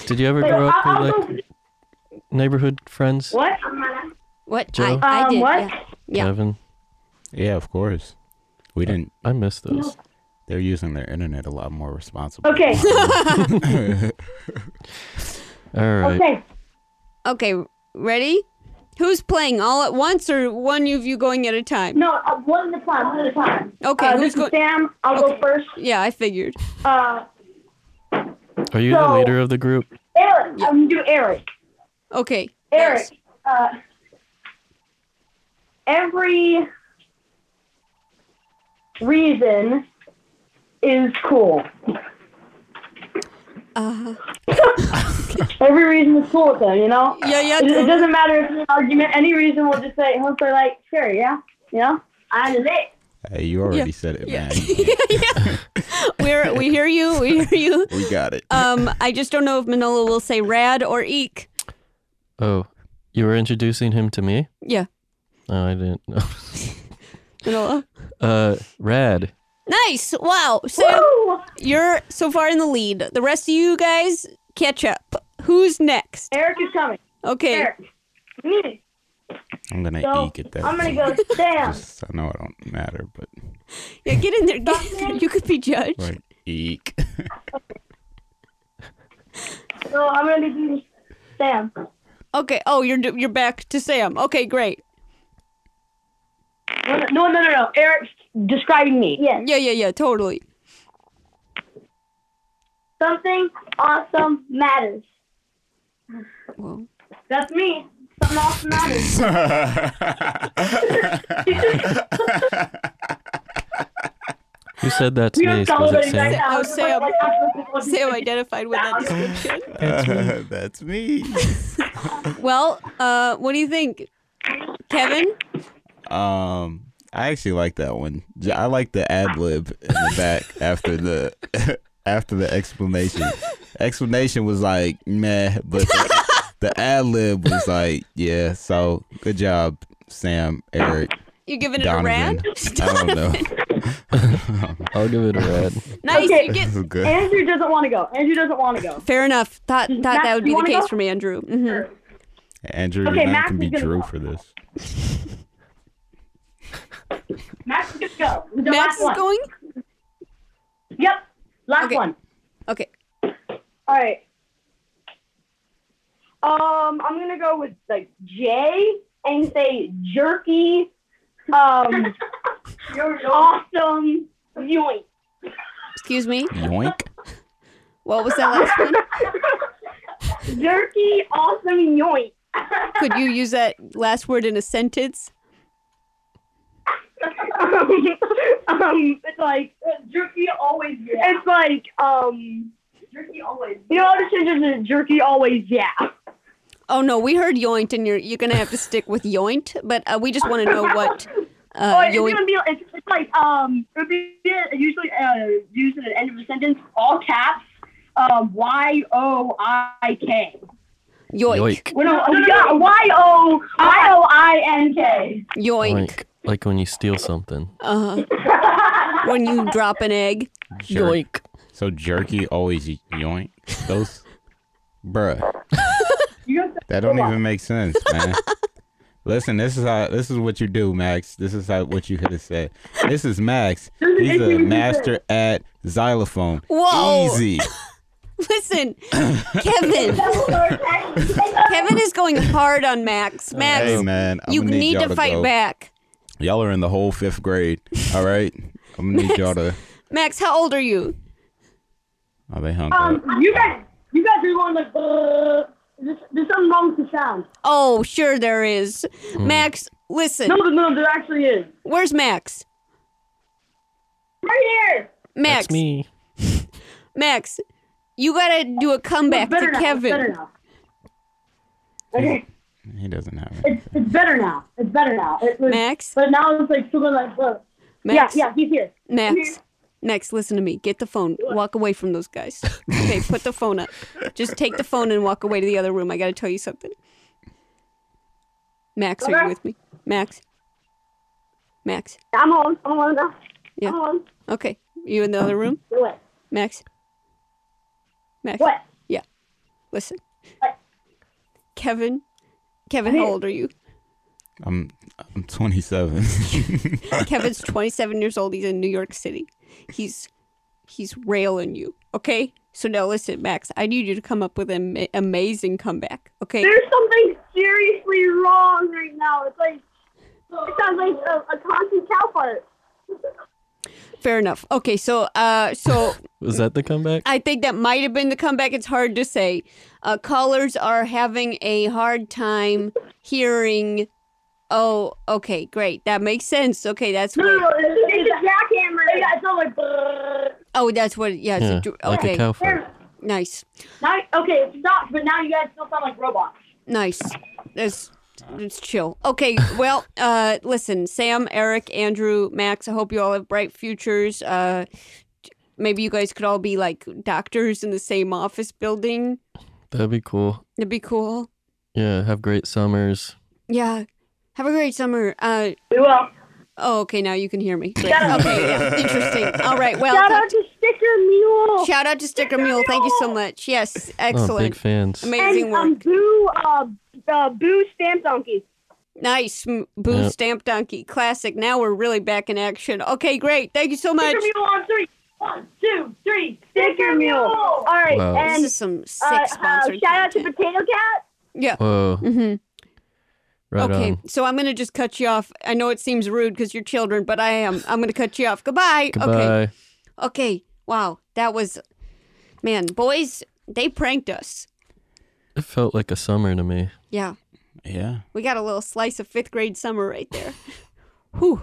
Did you ever
Wait,
grow up
I-
with
I'll
like neighborhood friends?
what?
what? I,
Joe?
I
Um,
did.
what?
yeah. Yeah.
Kevin,
Yeah, of course. We didn't.
I miss those.
They're using their internet a lot more responsibly.
Okay.
All right.
Okay.
Okay, ready? Who's playing all at once or one of you going at a time?
No, uh, one at a time. One at a time.
Okay,
Uh,
who's
this
go-
is Sam. I'll go first.
Yeah, I figured.
Uh,
Are you the
So-
leader of the group?
Eric. I'm gonna do Eric.
Okay.
Eric.
next.
Uh, every reason is cool.
Uh,
Every reason is cool with them, you know?
yeah, yeah.
It, it
totally.
doesn't matter if it's an argument. Any reason will just say, once they're like, sure, yeah, you know? I did it.
Hey, you already said it,
Yeah.
man. You can't-
We're, we hear you. We hear you.
we got it.
Um, I just don't know if Manolo will say rad or eek.
Oh, you were introducing him to me?
Yeah,
Oh, I didn't know.
Manolo.
Uh, Rad.
Nice. Wow. Sam,
Woo!
you're so far in the lead. The rest of you guys catch up. Who's next?
Eric is coming.
Okay.
Eric. Me.
I'm gonna
So,
eek at that.
I'm going
point.
to go Sam.
Just, I know I don't matter, but
Yeah, get in there. Get in there. You could be judged.
like eek.
So I'm going to do Sam.
Okay. Oh, you're you're back to Sam. Okay, great.
No, no, no, no. no. Eric's describing me. Yes.
Yeah, yeah, yeah. Totally.
Something awesome matters.
Whoa.
That's me. Something awesome matters.
Who said that's
We
me?
are
Was it
celebrating right
Sam?
now.
Oh, Sam.
Like, I'm-
Sam identified with that description.
That's me.
Well, uh, what do you think, Kevin?
Um, I actually like that one. J- I like the ad lib in the back after the after the explanation. Explanation was like meh, but the, the ad lib was like yeah. So good job, Sam, Eric,
You giving it
Donovan.
a rad?
I don't know.
I'll give it a Rad.
Nice.
Okay.
You
This
get
is good.
Andrew doesn't want to go. Andrew doesn't want to go.
fair enough. Thought thought
Max,
that would be
you
the
wanna
case
go?
from Andrew. hmm
Andrew,
Okay,
your name
Max
can
is
be
gonna
Drew
go.
for this.
Max, just go. The last
Max is
one.
going.
Yep. Last
Okay.
one.
Okay.
All right. Um, I'm gonna go with like J and say jerky. Um, awesome. Yoink.
Excuse me.
Yoink.
What was that last one?
Jerky, awesome yoink.
Could you use that last word in a sentence?
um, um, it's like jerky always. Yeah. It's like um, jerky always. You know, I'll just change it to jerky always. Yeah.
Oh no, we heard yoint, and you're you're gonna have to stick with yoint. But uh, we just want to know what uh,
oh, it's
yoint.
gonna be it's, it's like um it would be usually uh, used at the end of a sentence, all caps, um Y O I K.
Yoink.
Yoink.
Well, no, oh, yeah, Y O I O I N K.
Yoink.
Like, like when you steal something.
Uh, uh-huh, when you drop an egg.
Jerk. So jerky always y- yoink. Those, bruh,
You guys-
that don't even make sense, man. Listen, this is how this is what you do, Max. This is how what you could have said. This is Max. He's a master at xylophone.
Whoa.
Easy.
Listen, Kevin. Kevin is going hard on Max. Max,
Hey man, I'm
you
gonna need,
need,
y'all
to fight
go.
back.
Y'all are in the whole fifth grade. All right, I'm gonna need y'all to.
Max, how old are you?
Oh, they hung up.
Um, you guys You guys are going like. "Brrr." There's, there's something wrong with the sound.
Oh, sure there is.
Hmm.
Max, listen.
No, no, there actually is.
Where's Max?
Right here.
Max,
That's me.
Max, you gotta do a comeback
better
to
now.
Kevin.
It's better now. Okay,
He doesn't have it.
it's, it's better now. It's better now. It was,
Max,
But now it's like still going like. Whoa.
Max,
Yeah, yeah, he's here.
Max, Max, listen to me. Get the phone. Walk away from those guys. Okay, put the phone up. Just take the phone and walk away to the other room. I gotta tell you something. Max, are
Okay.
you with me? Max, Max,
I'm on. I'm on now.
Yeah.
I'm on.
okay, you in the other room?
What?
Max, Max,
What?
Listen,
What?
Kevin, Kevin, how old are you?
I'm I'm 27.
Kevin's 27 years old. He's in New York City. He's he's railing you. Okay. So now listen, Max. I need you to come up with an ama- amazing comeback. Okay.
There's something seriously wrong right now. It's like. It sounds like a, a constant cow fart.
Fair enough. Okay. So uh, so
Was that the comeback?
I think that might have been the comeback. It's hard to say. Uh, callers are having a hard time hearing. Oh, okay, great. That makes sense. Okay, that's
No, no,
what.
no. It's, it's a jackhammer. Yeah, it's not like. brrr.
Oh, that's what. Yeah. it's a
Yeah,
dr-
like
okay.
a cow fart.
Nice.
Now, okay, it's not. But now you guys still sound like robots.
Nice. That's it's chill. Okay, well, uh listen, Sam, Eric, Andrew, Max, I hope you all have bright futures. Uh maybe you guys could all be like doctors in the same office building.
That'd be cool.
That'd be cool.
Yeah, have great summers.
Yeah. Have a great summer. Uh
We will.
oh, okay, now you can hear me. Great. Okay, yeah, interesting. All right, well,
Shout
talk-
out to Sticker Mule.
shout out to Sticker Mule. Thank you so much. Yes,
Oh, big
excellent.
fans.
Amazing
and
work.
um, Boo, uh, uh, Boo Stamp Donkey.
Nice, m- Boo
Yeah.
Stamp Donkey Classic. Now we're really back in action. Okay, great. Thank you so much.
Sticker Mule on three. One, two, three. Sticker Mule. All right,
Wow.
This
and
is some sick
uh, uh,
sponsored
shout out to
content.
Potato Cat.
yeah.
Whoa,
hmm
right
mm-hmm. okay,
on.
so I'm gonna just cut you off. I know it seems rude because you're children, but I am. I'm gonna cut you off. Goodbye. Okay.
Goodbye.
Okay. Wow, that was, man, boys, they pranked us.
It felt like a summer to me.
Yeah,
yeah.
we got a little slice of fifth grade summer right there. Whew.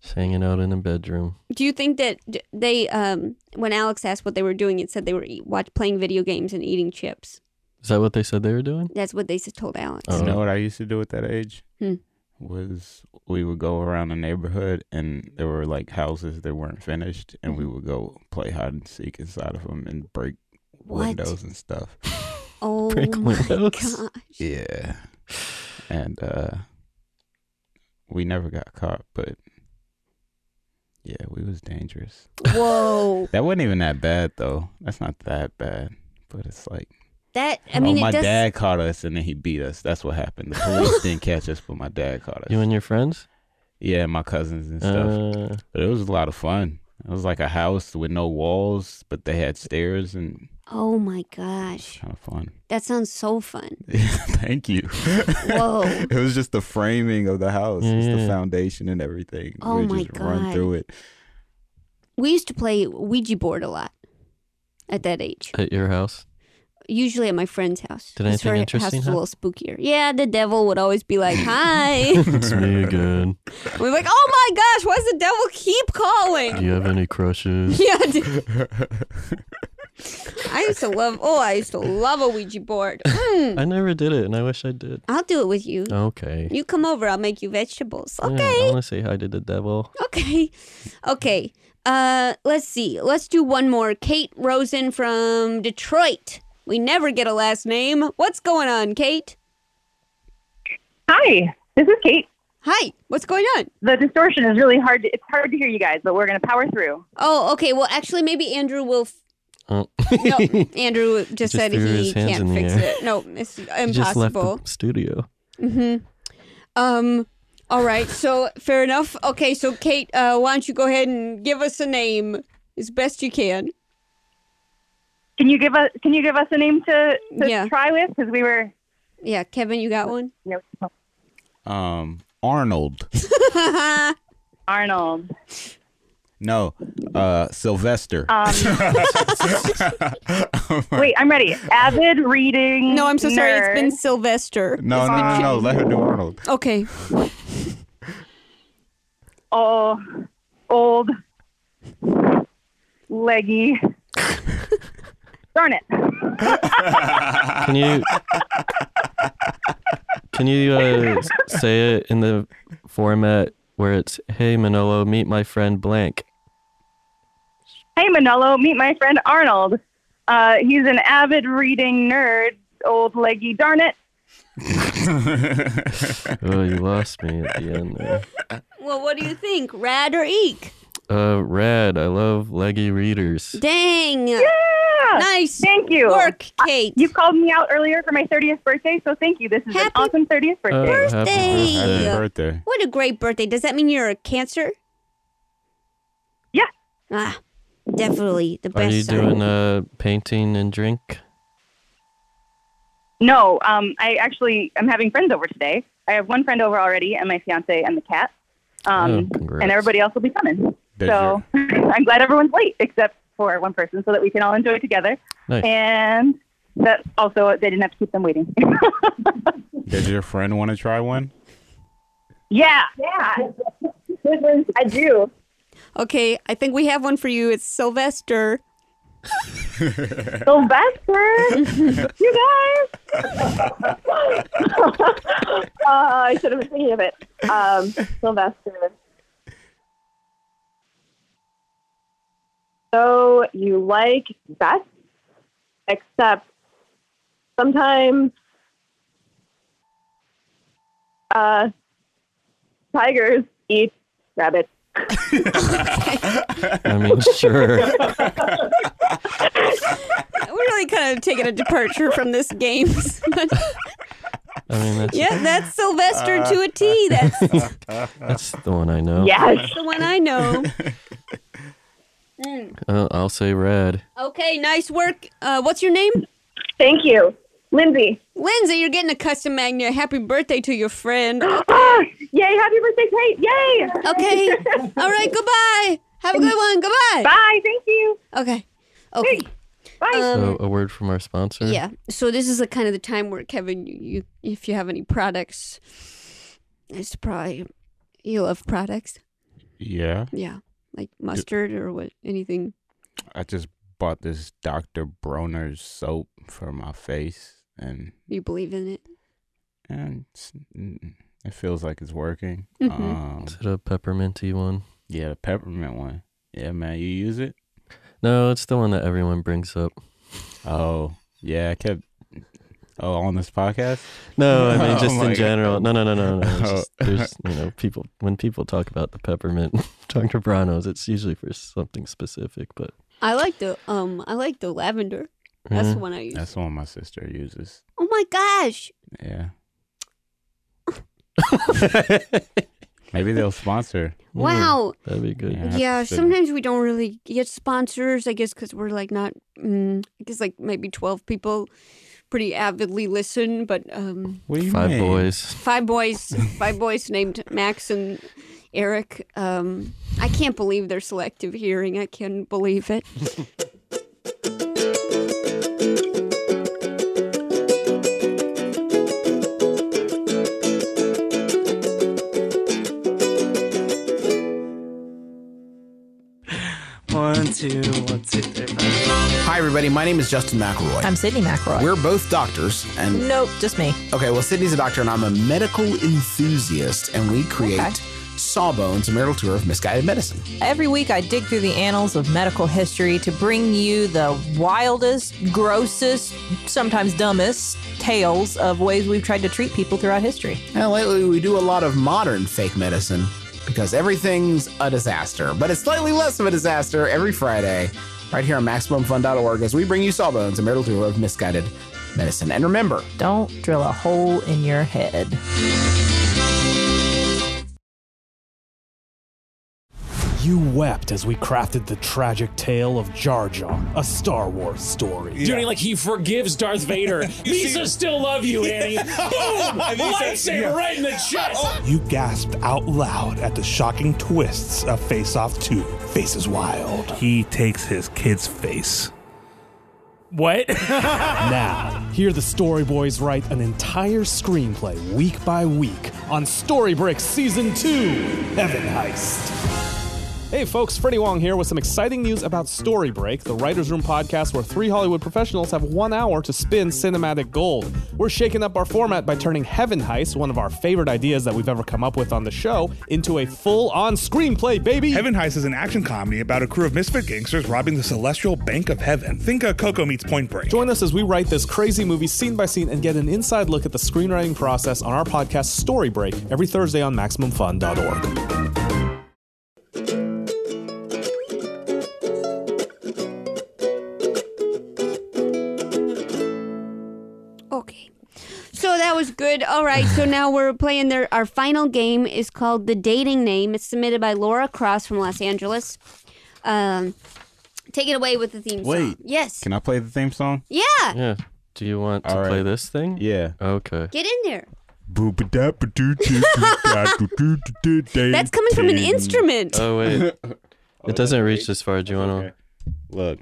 Just hanging out in a bedroom.
Do you think that d- they, um, when Alex asked what they were doing, it said they were eat, watch, playing video games and eating chips?
Is that what they said they were doing?
That's what they s- told Alex.
Oh.
You know what I used to do at that age?
Hmm.
Was we would go around the neighborhood and there were like houses that weren't finished, and
Mm-hmm.
we would go play hide and seek inside of them and break
What?
windows and stuff.
Oh
Break
my
windows.
gosh.
Yeah. And uh we never got caught, but yeah, we was dangerous.
Whoa.
That wasn't even that bad though. That's not that bad. But it's like
That I mean
oh, my
it does
dad caught us and then he beat us. That's what happened. The police didn't catch us, but my dad caught us.
You and your friends?
yeah, my cousins and stuff.
Uh,
but it was a lot of fun. It was like a house with no walls, but they had stairs and
Oh my
it's
gosh.
kind of fun.
That sounds so fun.
Thank you.
Whoa.
it was just the framing of the house, it's
Yeah.
the foundation and everything.
Oh
we
my
just run
God.
through it.
We used to play Ouija board a lot at that age.
at your house?
Usually at my friend's house.
Did
'cause
anything
her house
interesting
was a little spookier. Yeah, the devil would always be like, Hi.
It's me again.
we were like, Oh my gosh, why does the devil keep calling?
Do you have any crushes?
Yeah, dude. I used to love oh, I used to love a Ouija board. Mm,
I never did it, and I wish I did.
I'll do it with
Oh.
you.
Okay.
You come over, I'll make you vegetables.
Yeah,
Okay.
I want to say hi to the devil.
Okay. Okay. Uh let's see. Let's do one more. Kate Rosen from Detroit. We never get a last name. What's going on, Kate?
Hi, this is Kate.
Hi. What's going on?
The distortion is really hard. To, it's hard to hear you guys, but we're going to power through.
Oh, okay. Well, actually maybe Andrew will f-
Oh.
No, Andrew just, said
threw
he
his hands
can't
in the
fix
air.
it. No, it's
You just left
impossible.
the studio.
Mhm. Um all right. So, fair enough. Okay, so Kate, uh, why don't you go ahead and give us a name as best you can?
Can you give us? Can you give us a name to, to
Yeah.
try with? Because we were.
Yeah, Kevin, you got one?
You know,
Uh.
Um, Arnold.
Arnold.
No, uh, Sylvester.
Um, wait, I'm ready. Avid reading.
No, I'm so sorry. It's been
nerd.
Sylvester.
no, no, no, no. Let her do Arnold.
Okay.
Oh, old, leggy. Darn it.
Can you can you uh, s- say it in the format where it's "Hey Manolo, meet my friend blank."
Hey, Manolo, meet my friend Arnold. Uh, he's an avid reading nerd, old leggy. Darn it.
oh, you lost me at the end there.
Well, what do you think? Rad or eek?
Uh, Red, I love leggy readers.
Dang. Yeah.
Nice. Thank you. Work,
Kate.
You called me out earlier for my 30th birthday, so thank you. This is an awesome 30th birthday.
Uh,
birthday.
Happy Uh, birthday.
What a great birthday. Does that mean you're a cancer?
Yeah.
Ah, definitely the
Are
best.
you
sign.
doing uh painting and drink?
No, um, I actually am having friends over today. I have one friend over already, and my fiance and the cat. Um,
Oh, congrats.
and everybody else will be coming.
Did
so I'm glad everyone's late except for one person, so that we can all enjoy together.
Nice.
And that also they didn't have to keep them waiting.
Does your friend want to try one?
yeah.
Yeah. I do. Okay, I think we have one for you. It's Sylvester.
Sylvester? you
guys?
oh, I should have been thinking of it. Um, Sylvester. So you like best, except sometimes uh, tigers eat rabbits.
I mean, sure.
We're really kind of taking a departure from this game.
I mean, that's
yeah, that's Sylvester to a T. That's
that's the one I know.
yes, the one I know.
Mm.
Uh, I'll say red.
Okay, nice work. Uh, what's your name?
Thank you, Lindsay.
Lindsay, you're getting a custom magnet. Happy birthday to your friend.
Ah, Yay, happy birthday, Kate. Yay.
Okay. All right, goodbye. Have a good one. Goodbye.
Bye. Thank you.
Okay. Okay. Um,
Bye.
so a word from our sponsor.
Yeah. So this is the kind of the time where Kevin, you, you if you have any products, it's probably you love products.
Yeah.
Yeah, like mustard or what anything.
I just bought this Dr. Bronner's soap for my face, and
You believe in it?
and it's- mm, it feels like it's working.
Mhm.
Um,
Is it a pepperminty one?
yeah, the peppermint one. Yeah, man, you use it?
No, it's the one that everyone brings up.
Oh, yeah, I kept. Oh, on this podcast?
No, I mean
Oh
just
my
in
God.
general. No, no, no, no, no. It's
Oh.
just, there's you know people when people talk about the peppermint Dr. Brano's, it's usually for something specific. But
I like the um, I like the lavender. That's the
Mhm.
one I use.
Mm-hmm. That's the one my sister uses.
Oh my gosh!
Yeah. Maybe they'll sponsor.
Wow.
that'd be good.
I have to
yeah,
sit-
sometimes we don't really get sponsors. I guess because we're like not, mm, I guess like maybe twelve people, pretty avidly listen. But um,
What do you
Five
mean?
boys.
five boys, five boys named Max and Eric. Um, I can't believe they're selective hearing. I can't believe it.
One, two, one, two, three, four. Hi, everybody. My name is Justin McElroy.
I'm Sydney McElroy.
We're both doctors, and
Nope, just me.
okay, well, Sydney's a doctor, and I'm a medical enthusiast, and we create Sawbones, a marital tour of misguided medicine.
Every week, I dig through the annals of medical history to bring you the wildest, grossest, sometimes dumbest tales of ways we've tried to treat people throughout history.
And lately, we do a lot of modern fake medicine because everything's a disaster, but it's slightly less of a disaster every Friday, right here on MaximumFun.org, as we bring you Sawbones, a marital tour of misguided medicine. And remember,
Don't drill a hole in your head.
You wept as we crafted the tragic tale of Jar Jar, a Star Wars story.
Dude, he, like he forgives Darth Vader. Misa still love you, Annie. Boom!
And he says-
Lightsaber
yeah.
right in the chest.
You gasped out loud at the shocking twists of Face Off 2 Faces Wild. He takes his kid's face.
What?
now, hear the Storyboys write an entire screenplay week by week on Storybricks Season 2 Heaven Heist. Hey folks, Freddie Wong here with some exciting news about Story Break, the Writers Room podcast where three Hollywood professionals have one hour to spin cinematic gold. We're shaking up our format by turning Heaven Heist, one of our favorite ideas that we've ever come up with on the show, into a full on screenplay, baby!
Heaven Heist is an action comedy about a crew of misfit gangsters robbing the celestial bank of heaven. Think a Coco meets Point Break.
Join us as we write this crazy movie scene by scene and get an inside look at the screenwriting process on our podcast Story Break every Thursday on MaximumFun.org.
Okay. So that was good. All right. So now we're playing their our final game is called the dating name. It's submitted by Laura Cross from Los Angeles. Um, take it away with the theme song.
Wait.
Yes.
Can I play the theme song?
Yeah.
Yeah. Do you want to play this thing?
Yeah.
Okay.
Get in there.
That's
That's coming from an instrument.
Oh wait. It doesn't reach this far. Do you want to
look?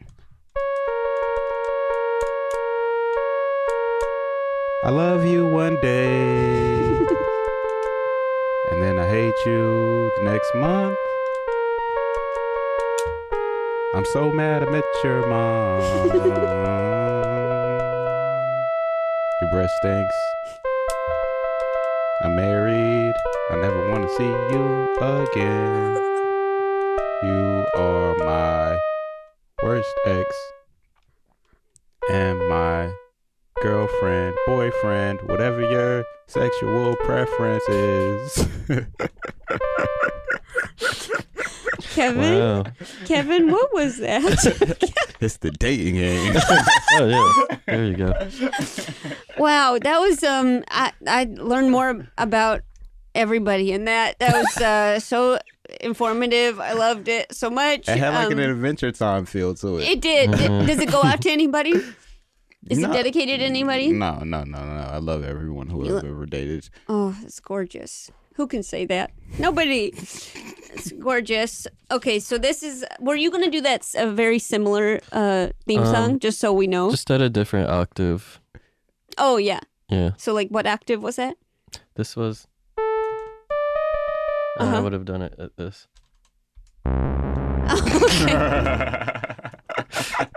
I love you one day. and then I hate you the next month. I'm so mad I met your mom. your breath stinks. I'm married. I never want to see you again. You are my worst ex and my girlfriend, boyfriend, whatever your sexual preference is.
Kevin.
Wow.
Kevin, what was that?
it's the dating game.
oh yeah. There you go.
wow, that was um I I learned more about everybody in that. That was uh so informative. I loved it so much.
It had like
Um,
an adventure time feel to it.
It did. Did- Does it go out to anybody? Is
No.
it dedicated to anybody?
No, no, no, no. I love everyone who
You-
I've ever dated.
Oh, it's gorgeous. Who can say that? Nobody. it's gorgeous. Okay, so this is. Were you going to do that s- a very similar uh theme
Um,
song, just so we know?
Just at a different octave.
oh yeah.
Yeah.
So like, what octave was that?
This was. and I
Uh-huh.
would have done it at this.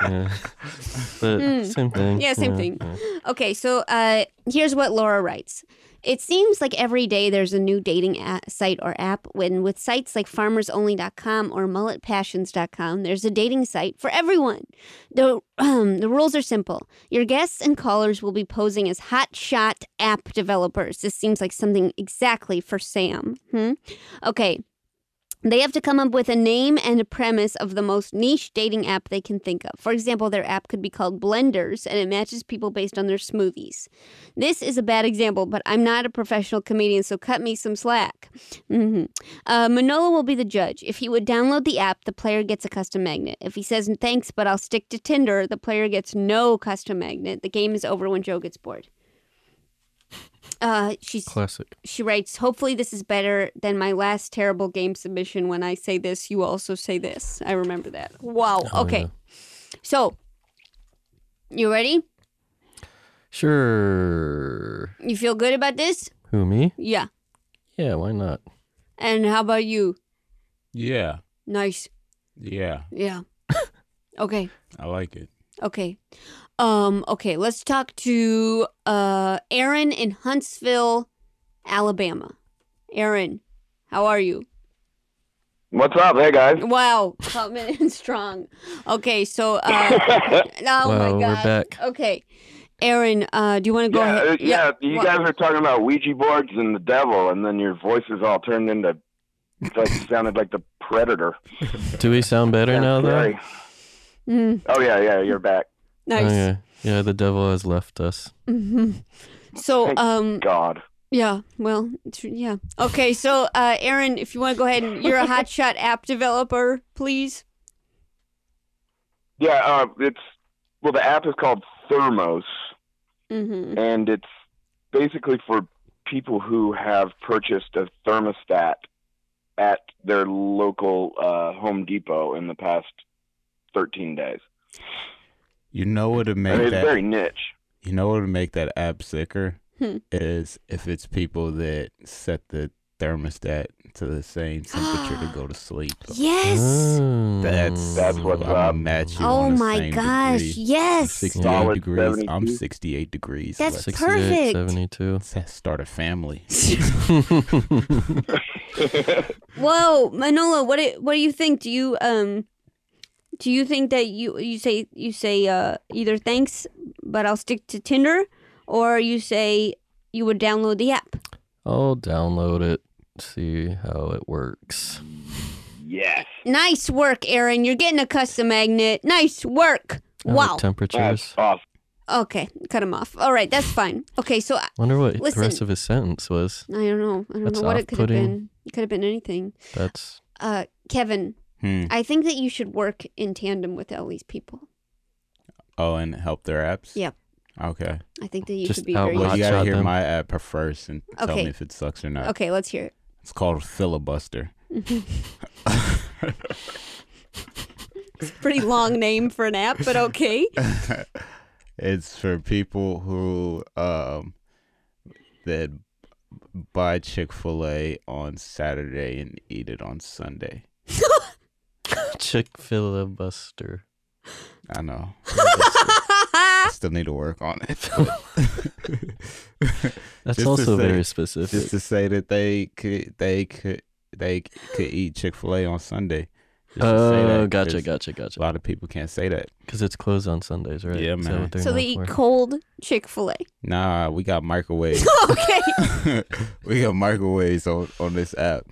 Yeah. But
Mm.
same thing.
Yeah, same
yeah,
thing.
yeah.
Okay, so uh, here's what Laura writes. It seems like every day there's a new dating a- site or app. When with sites like FarmersOnly.com or MulletPassions.com, there's a dating site for everyone. the The rules are simple. Your guests and callers will be posing as hot shot app developers. This seems like something exactly for Sam. Hmm? Okay, they have to come up with a name and a premise of the most niche dating app they can think of. For example, their app could be called Blenders and it matches people based on their smoothies. This is a bad example, but I'm not a professional comedian, so cut me some slack. hmm Uh, Manolo will be the judge. If he would download the app, the player gets a custom magnet. If he says thanks, but I'll stick to Tinder, the player gets no custom magnet. The game is over when Joe gets bored. Uh, she's
Classic.
she writes, Hopefully, this is better than my last terrible game submission. When I say this, you also say this. I remember that. Wow.
Oh,
okay.
yeah.
So, you ready?
Sure.
You feel good about this?
Who me?
Yeah.
Yeah. Why not?
And how about you?
Yeah.
Nice.
Yeah.
Yeah. okay.
I like it.
Okay. Um, okay. Let's talk to uh, Aaron in Huntsville, Alabama. Aaron, how are you?
What's up? Hey, guys.
Wow, coming in strong. Okay, so uh, oh
Wow,
my
we're
god.
back.
Okay, Aaron, uh, do you want to go
Yeah, uh,
ahead?
yeah, you
wha-
guys are talking about Ouija boards and the devil, and then your voices all turned into it's like sounded like the predator.
Do we sound better now though?
Scary.
Mm,
Oh yeah, yeah, you're back.
Oh,
nice.
Oh,
Okay. Yeah. The devil has left us.
Mhm. So,
Thank
um,
God.
Yeah. Well, tr- yeah. Okay. So, uh, Aaron, if you want to go ahead and you're a hotshot app developer, please.
Yeah, uh, it's well, the app is called Thermos,
Mm-hmm.
and it's basically for people who have purchased a thermostat at their local uh, Home Depot in the past 13 days.
You know what
I
would
mean,
make
it's
that
very niche.
You know what would make that app sicker
Hmm.
is if it's people that set the thermostat to the same temperature to go to sleep.
Yes.
That's that's what's up. Match you
Oh
on the
my
same
gosh,
degree.
yes.
Sixty-eight
Solid
degrees. I'm
72.
sixty-eight degrees.
That's perfect.
72. Start a family.
Whoa, Manola, what do, what do you think? Do you um do you think that you you say you say uh either thanks, but I'll stick to Tinder or you say you would download the app?
I'll download it, see how it works.
Yes.
Nice work, Aaron. You're getting a custom magnet. Nice work. Wow.
Oh, Temperatures.
Okay, cut him off. All right, that's fine. Okay, so I,
Wonder what
Listen.
the rest of his sentence was.
I don't know. I don't
That's
know what it could have
off-putting.
been. It could have been anything.
That's
Uh, Kevin,
Hmm.
I think that you should work in tandem with all these people.
Oh, and help their apps.
Yep.
Okay.
I think that you Just should be out very-
Well, you gotta
hotshot
hear
them.
my app first and tell
Okay.
me if it sucks or not.
Okay, let's hear it.
It's called filibuster.
it's a pretty long name for an app, but okay.
it's for people who um that buy Chick Fil A on Saturday and eat it on Sunday.
Chick filibuster.
I know. I still need to work on it.
That's
Just to
also
say-
very specific.
Just to say that they could, they could, they could eat Chick Fil A on Sunday. Just to say
Oh,
that,
gotcha,
'cause
gotcha, gotcha.
A lot of people can't say that
because it's closed on Sundays, right?
Yeah,
Is that
man.
what they're
so they
known
eat
for?
cold Chick Fil A.
Nah, we got microwaves.
okay.
we got microwaves on, on this app.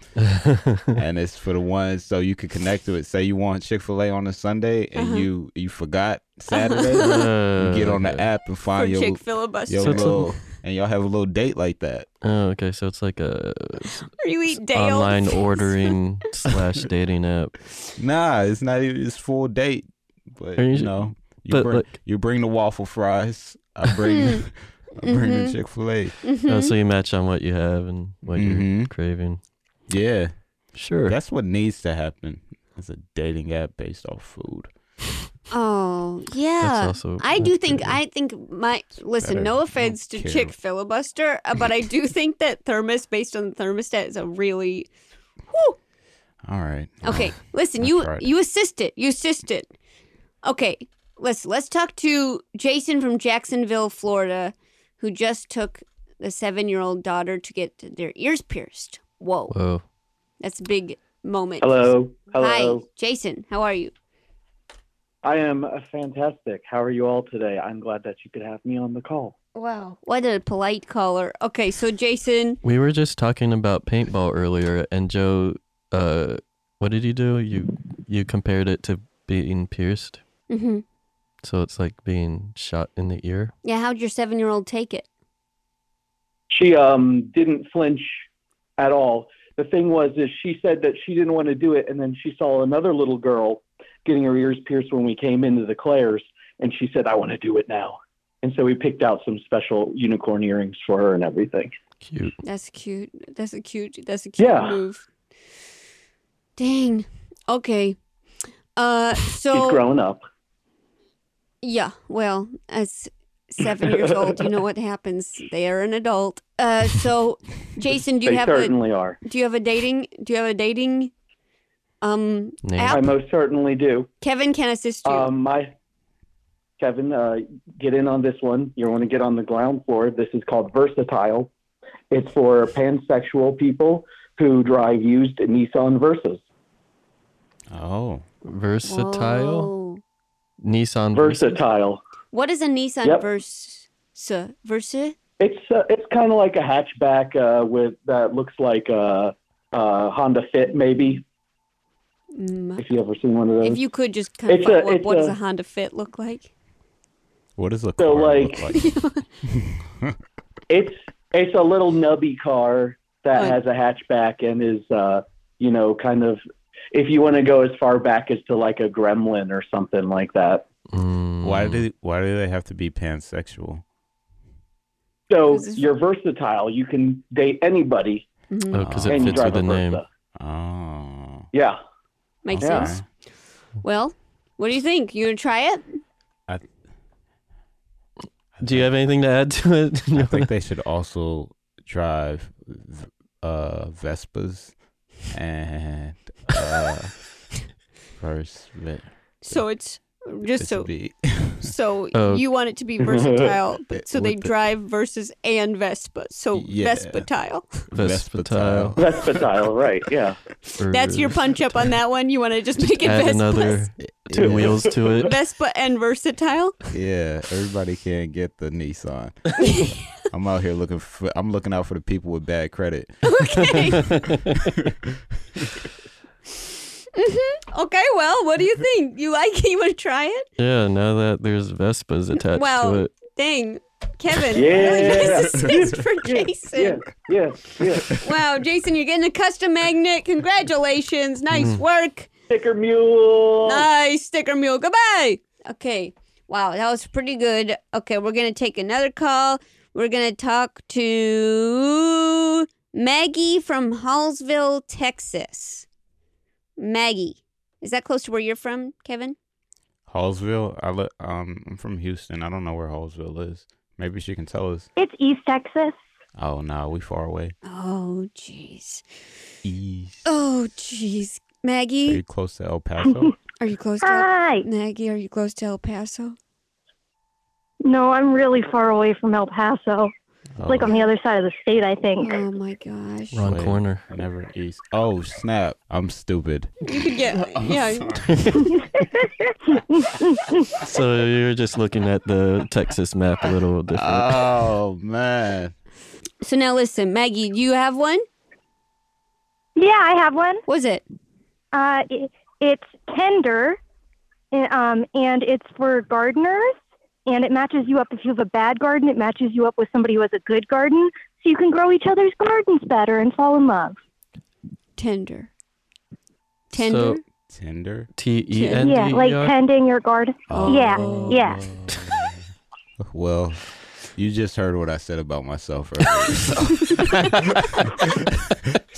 and it's for the ones so you could connect to it. Say you want Chick-fil-A on a Sunday and
Uh-huh.
you you forgot Saturday. you get on the app and find your,
Chick
filibuster.
your
So it's a-
little and y'all have a little date like that.
Oh, okay. So it's like a
Are you eat Dale?
online ordering slash dating app.
Nah, it's not even it's full date. But
Are you-
you, know, you
but
bring
look-
you bring the waffle fries. I bring I bring
Mhm.
the Chick-fil-A.
Mm-hmm.
Oh, so you match on what you have and what you're craving.
Yeah.
Sure.
That's what needs to happen. It's a dating app based off food.
Oh yeah,
also-
I do
that's
think I think my listen.
better. I
No
don't
offense to
care.
Chick filibuster, uh, but I do think that thermos based on the thermostat is a really
All right.
okay. Listen,
I
you
tried.
you assist it. You assist it. Okay, let's let's talk to Jason from Jacksonville, Florida, who just took the seven year old daughter to get their ears pierced. Whoa,
Whoa.
that's a big moment.
Hello.
Hi,
Hello.
Jason. How are you?
I am uh, fantastic. How are you all today? I'm glad that you could have me on the call.
Wow, what a polite caller. Okay, so Jason.
We were just talking about paintball earlier, and Joe, uh, what did you do? You you compared it to being pierced,
hmm
so it's like being shot in the ear.
Yeah, how'd your seven year old take it?
She um didn't flinch at all. The thing was is she said that she didn't want to do it and then she saw another little girl getting her ears pierced when we came into the Claire's and she said, I want to do it now. And so we picked out some special unicorn earrings for her and everything.
Cute.
That's cute. That's a cute that's a cute
Yeah.
move. Dang. Okay. Uh so
She's grown up.
Yeah, well, as seven years old, you know what happens. They are an adult. Uh so Jason, do you
They
have
certainly
a,
are.
Do you have a dating do you have a dating um
I
app?
most certainly do.
Kevin can assist you.
Um, my Kevin, uh, get in on this one. You want to get on the ground floor. This is called Versatile. It's for pansexual people who drive used Nissan Versas.
Oh,
versatile. Nissan Versa.
Versatile.
What is a Nissan uh,
Yep.
Versa? Versa?
It's uh, it's kind of like a hatchback uh, with that looks like a, a Honda Fit, maybe.
Mm,
If you ever seen one of those.
If you could just kind of
Uh, It's
find
a-
what,
it's
what does
a-
a Honda Fit look like?
What does a car
so like,
look like?
it's It's a little nubby car that has a hatchback and is, uh, you know, kind of. If you want to go as far back as to like a gremlin or something like that.
Mm.
Why do why do they have to be pansexual?
So you're versatile. You can date anybody.
Mm-hmm.
Oh, because it
and you
fits with
drive
the
a Versa.
name.
Oh.
Yeah.
Makes
Yeah.
sense. Well, what do you think? You gonna try it?
Do you have anything to add to it?
I think they should also drive v- uh, Vespas and uh, first. Ve-
So it's uh, just
It
so.
should be-
So
Oh.
you want it to be versatile,
It
but so they
would be-
drive versus and Vespa. So
Yeah.
Vespatile.
Vespatile.
Vespatile, right? Yeah.
That's your punch up on that one. You want to just make it
Add
Vespa,
another
Two
wheels to it.
Vespa and versatile.
Yeah, everybody can't get the Nissan. I'm out here looking for. I'm looking out for the people with bad credit.
Okay. hmm Okay. Well, what do you think? You like it? You want to try it?
Yeah, now that there's Vespas attached to
Well,
it.
dang, Kevin. Really,
Yeah.
this is six for Jason.
Yeah. Yeah.
Wow, Jason, you're getting a custom magnet. Congratulations. Nice
Mm.
work.
Sticker mule.
Nice sticker mule. Goodbye. Okay. Wow, that was pretty good. Okay, we're going to take another call. We're going to talk to Maggie from Hallsville, Texas. Maggie, is that close to where you're from, Kevin?
Hallsville. I li- um, I'm from Houston. I don't know where Hallsville is. Maybe she can tell us.
It's East Texas.
Oh no, we far away.
Oh, jeez.
East.
Oh, jeez.
Are
Maggie,
you close to El Paso?
are you close to Maggie, are you close to El Paso?
No, I'm really far away from El Paso. It's Like on the other side of the state, I think.
Oh my gosh.
Wrong corner.
Never east. Oh snap! I'm stupid.
You could get yeah.
So you're just looking at the Texas map a little different.
Oh man.
So now listen, Maggie, do you have one?
Yeah, I have one.
What is it?
Uh, it, it's Tender, and, um, and it's for gardeners, and it matches you up. If you have a bad garden, it matches you up with somebody who has a good garden, so you can grow each other's gardens better and fall in love.
Tender.
Tender?
So, Tinder.
T E N D E
Yeah,
R.
like tending your garden. Yeah,
Oh.
yeah.
Well, you just heard what I said about myself earlier. So.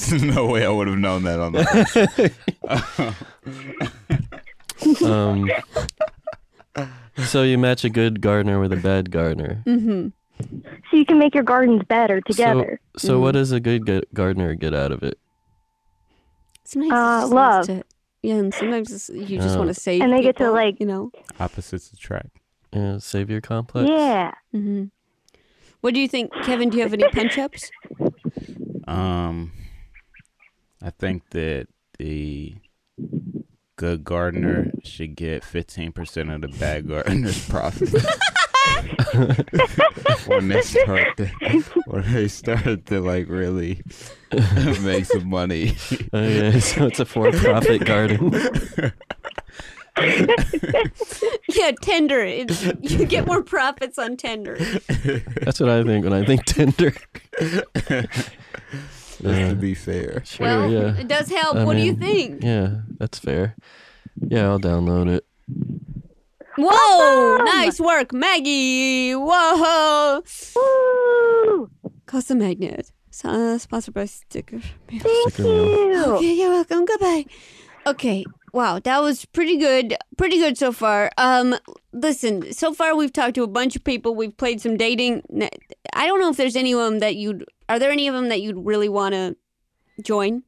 There's no way I would have known that on the.
um, so you match a good gardener with a bad gardener.
Mm-hmm. So you can make your gardens better together.
So,
Mm-hmm.
so what does a good ga- gardener get out of it?
Sometimes
Uh,
it's just
love.
nice to- yeah, and sometimes it's, you just
Oh.
want to save.
And they get to
people,
like
you know.
Opposites attract.
Yeah, savior complex.
hmm What do you think, Kevin? Do you have any punch ups?
Um, I think that the good gardener should get 15% of the bad gardener's profit. when they start to, when they start to like really make some money.
Okay, Oh, so it's a for-profit garden.
yeah, Tender. It's, you get more profits on Tender.
That's what I think when I think Tinder. Uh,
Just to be fair.
Sure,
Well,
yeah.
it does help. What do you think?
Yeah, that's fair. Yeah, I'll download it.
Whoa! Nice work, Maggie. Whoa!
Woo!
Custom magnet. Uh, sponsored by Sticker. Mail.
Sticker mail.
Okay, you're welcome. Goodbye. Okay. Wow, that was pretty good. Pretty good so far. Um, listen, so far we've talked to a bunch of people. We've played some dating. N- I don't know if there's any of them that you'd. Are there any of them that you'd really want to join?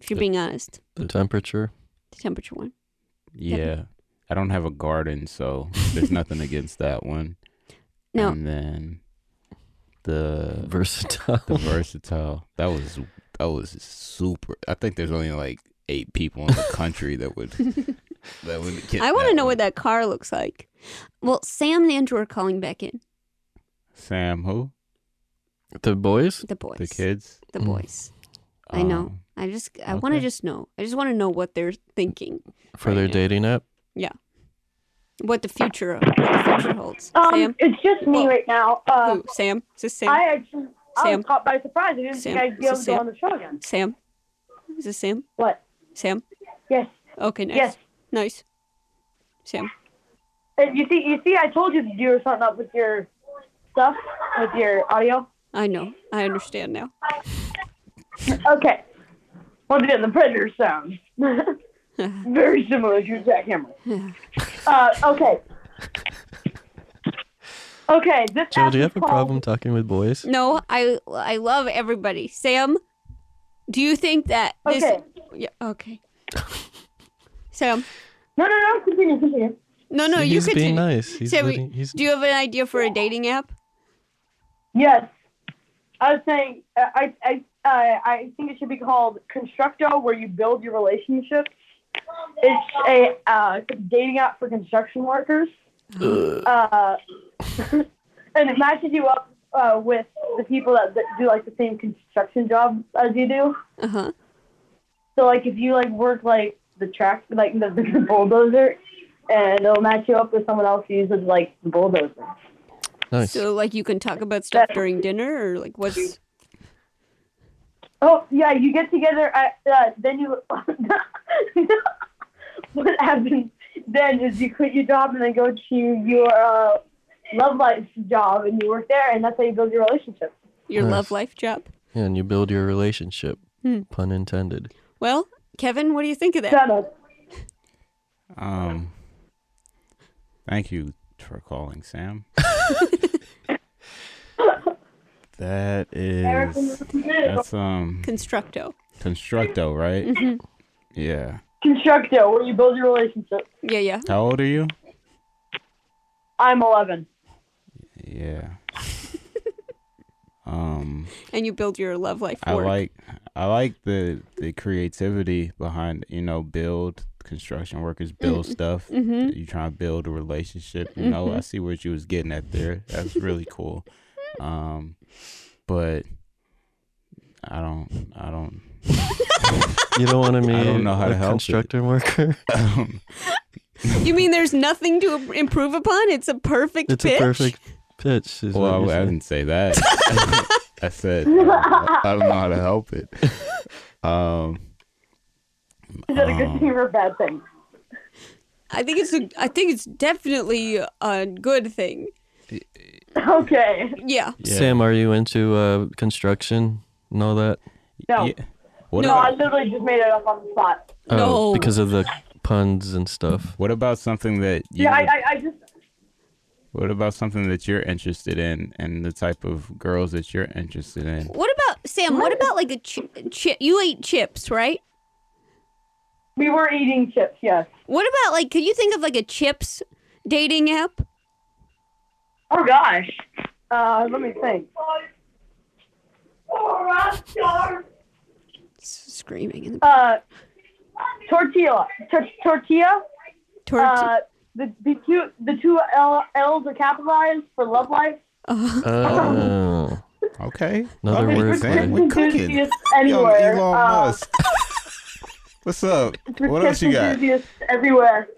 If you're being honest,
The temperature.
the temperature one.
Yeah. I don't have a garden, so there's nothing against that one.
No.
And then the
versatile.
The versatile. That was that was super. I think there's only like eight people in the country that would that would get.
I want to
that
know
one.
what that car looks like. Well, Sam and Andrew are calling back in.
Sam who?
The boys?
The boys.
The kids.
The
Mm.
boys. I know.
Um,
Oh,
I just I want to
okay.
just know. I just want to know what they're thinking.
For their dating app.
Yeah. What the future of what the future holds.
Um,
Sam?
it's just me right now. Uh,
Sam, is this Sam?
I actually, I was caught by surprise. I didn't
Sam,
think I'd be able
is
to
it
go
Sam?
on the show again.
Sam. Is this Sam?
What?
Sam?
Yes.
Okay, nice.
Yes.
Nice. Sam.
And you see, you see, I told you that you were something up with your stuff, with your audio.
I know. I understand now.
Okay. Once again, the Predator sounds very similar to jackhammer. Uh, okay. Okay. This
Joe, do you have a
Apple call-
problem talking with boys?
No, I I love everybody. Sam, do you think that this
Okay.
Yeah, okay. Sam.
No, no, no. Continue, continue.
No, no,
See,
you
he's
continue.
being nice. He's
Sam,
letting- he's-
do you have an idea for a dating app?
Yes. I was saying, I, I, I, uh, I think it should be called Constructo, where you build your relationships. It's a uh, dating app for construction workers.
Mm-hmm.
Uh, and it matches you up uh, with the people that, that do like the same construction job as you do.
Uh huh.
So like if you like work like the track like the, the bulldozer, and it'll match you up with someone else who uses like the bulldozer.
Nice.
So like you can talk about stuff during dinner or like what's
Oh yeah, you get together. At, uh, then you. what happens then is you quit your job and then go to your uh, love life job and you work there and that's how you build your relationship.
your
Nice.
love life job?
Yeah, and you build your relationship.
Hmm.
Pun intended.
Well, Kevin, what do you think of that?
Shut up.
Um, thank you for calling, Sam. that is that's um
Constructo.
constructo, right?
Mhm.
Yeah.
Constructo, where you build your relationship.
Yeah, yeah.
How old are you?
I'm 11.
Yeah. um,
And you build your love life
I
work.
like I like the the creativity behind you know build construction workers build
Mm,
stuff.
mhm.
You trying to build a relationship. You know, I
Mhm.
see what you was getting at there. That's really cool. Um, but I don't I don't
You don't want to meet
I don't know how
a
to help it.
construction worker.
You mean there's nothing to im- improve upon? It's a perfect
it's
pitch.
a perfect pitch. Is
Well, I,
what you're
I
saying.
didn't say that. I said I don't, know- I don't know how to help it. Um,
Is that a
um,
good thing or a bad thing?
I think it's a, I think it's definitely a good thing.
Okay.
Yeah.
Sam, are you into uh, construction and all that?
No.
What
no,
about-
I literally just made it up on the spot.
Oh, because of the puns and stuff.
What about something that you
Yeah, I, I, I just.
What about something that you're interested in and the type of girls that you're interested in?
What about Sam? What about like a chi- chip? You ate chips, right?
We were eating chips. Yes.
What about like? Could you think of like a chips dating app?
Oh gosh. Uh, let me think.
Screaming. In the-
Uh, tortilla, tor- tortilla. Uh, the, the two the two L- L's are capitalized for love life.
Uh-huh.
Oh.
okay.
Another
Okay,
word.
Sam,
play.
we're cooking.
Enthusiast
Young
anywhere.
Elon
uh,
Musk. What's up?
for
What else
chips
you got?
enthusiasts everywhere.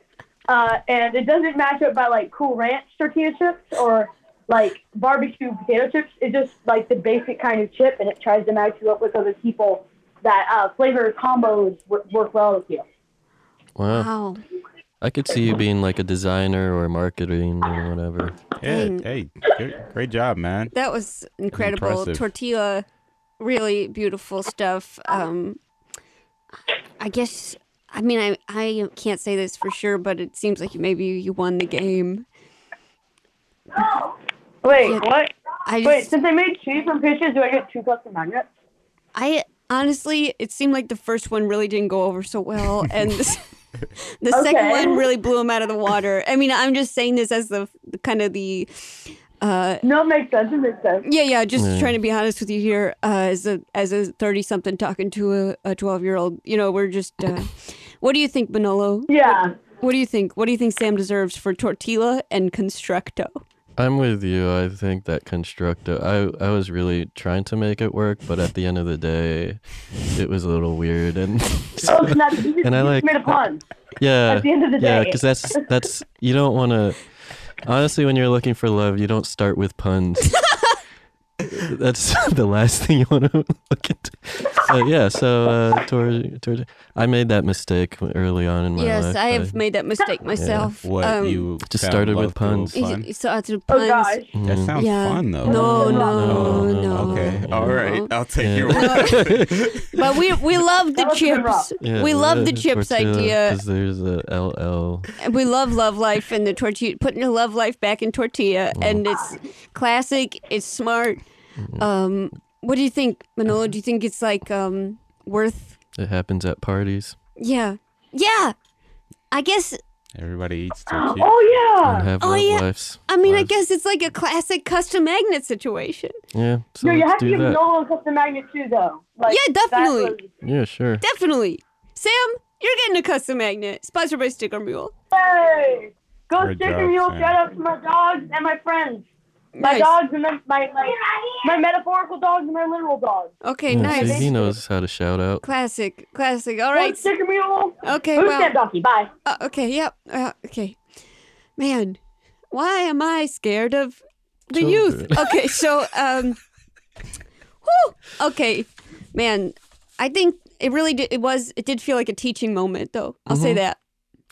Uh, and it doesn't match up by like cool ranch tortilla chips or like barbecue potato chips. It's just like the basic kind of chip, and it tries to match you up with other people that uh, flavor combos w- work well with you.
Wow.
Wow.
I could see you being like a designer or marketing or whatever.
Yeah, hey, good, great job, man.
That was incredible.
Impressive.
Tortilla, really beautiful stuff. Um, I guess. I mean, I I can't say this for sure, but it seems like maybe you won the game.
Wait,
Yeah.
what?
I
Wait,
just-
since I made cheese from pictures, do I get two custom magnets?
I honestly, it seemed like the first one really didn't go over so well, and the, the second
Okay.
one really blew him out of the water. I mean, I'm just saying this as the, the kind of the. Uh,
no, it makes sense. It makes sense.
Yeah, yeah. Uh, Just
Yeah.
trying to be honest with you here, uh, as a as a thirty something talking to a twelve year old. You know, we're just. Uh, what do you think, Manolo?
Yeah. What,
what do you think? What do you think Sam deserves for tortilla and constructo?
I'm with you. I think that constructive. I I was really trying to make it work, but at the end of the day, it was a little weird and.
Oh, snap. You just,
and I
you
like.
just made a pun.
Yeah.
At the end of the
yeah,
day.
because that's that's you don't want to. Honestly, when you're looking for love, you don't start with puns. That's the last thing you want to look at. So yeah, so uh, toward, toward, I made that mistake early on in my
yes,
life.
I have made that mistake myself. Um,
just
found
started with
love
puns?
through fun?
y- started
Oh,
puns.
gosh. That sounds
Yeah.
fun, though.
No, no, no.
Okay. All right. I'll take your
But we we love the chips.
Yeah,
we love the
uh,
chips
tortilla,
idea.
'cause There's a LL.
We love love life and the tortilla. Putting the love life back in tortilla, and it's classic. It's smart.
Mm.
Um, what do you think, Manolo? Do you think it's like um worth?
It happens at parties.
Yeah, yeah. I guess.
Everybody eats
tortilla.
Oh
And have
Oh
love
yeah.
lives.
I mean, I guess it's like a classic custom magnet situation.
Yeah. So
no, you
let's
have to
do
give
that.
Nolan a custom magnet too, though. Like,
yeah, definitely,
Yeah, sure.
definitely. Sam, you're getting a custom magnet sponsored by Sticker Mule.
Hey, go
Good
stick
job,
and you'll
Sam.
shout out to my dogs and my friends. My
Nice.
dogs and my my, my, my metaphorical dogs and my literal dogs.
Okay,
Yeah,
nice.
see, he knows how to shout out.
Classic, classic. All right.
Sticker mule.
Okay.
Who's
well,
that donkey? Bye.
Uh, okay. Yep. Uh, okay. Man, why am I scared of the youth?
Children.
Okay. So, um, whew, okay, man. I think it really did, it was it did feel like a teaching moment though. I'll say
Mhm.
that.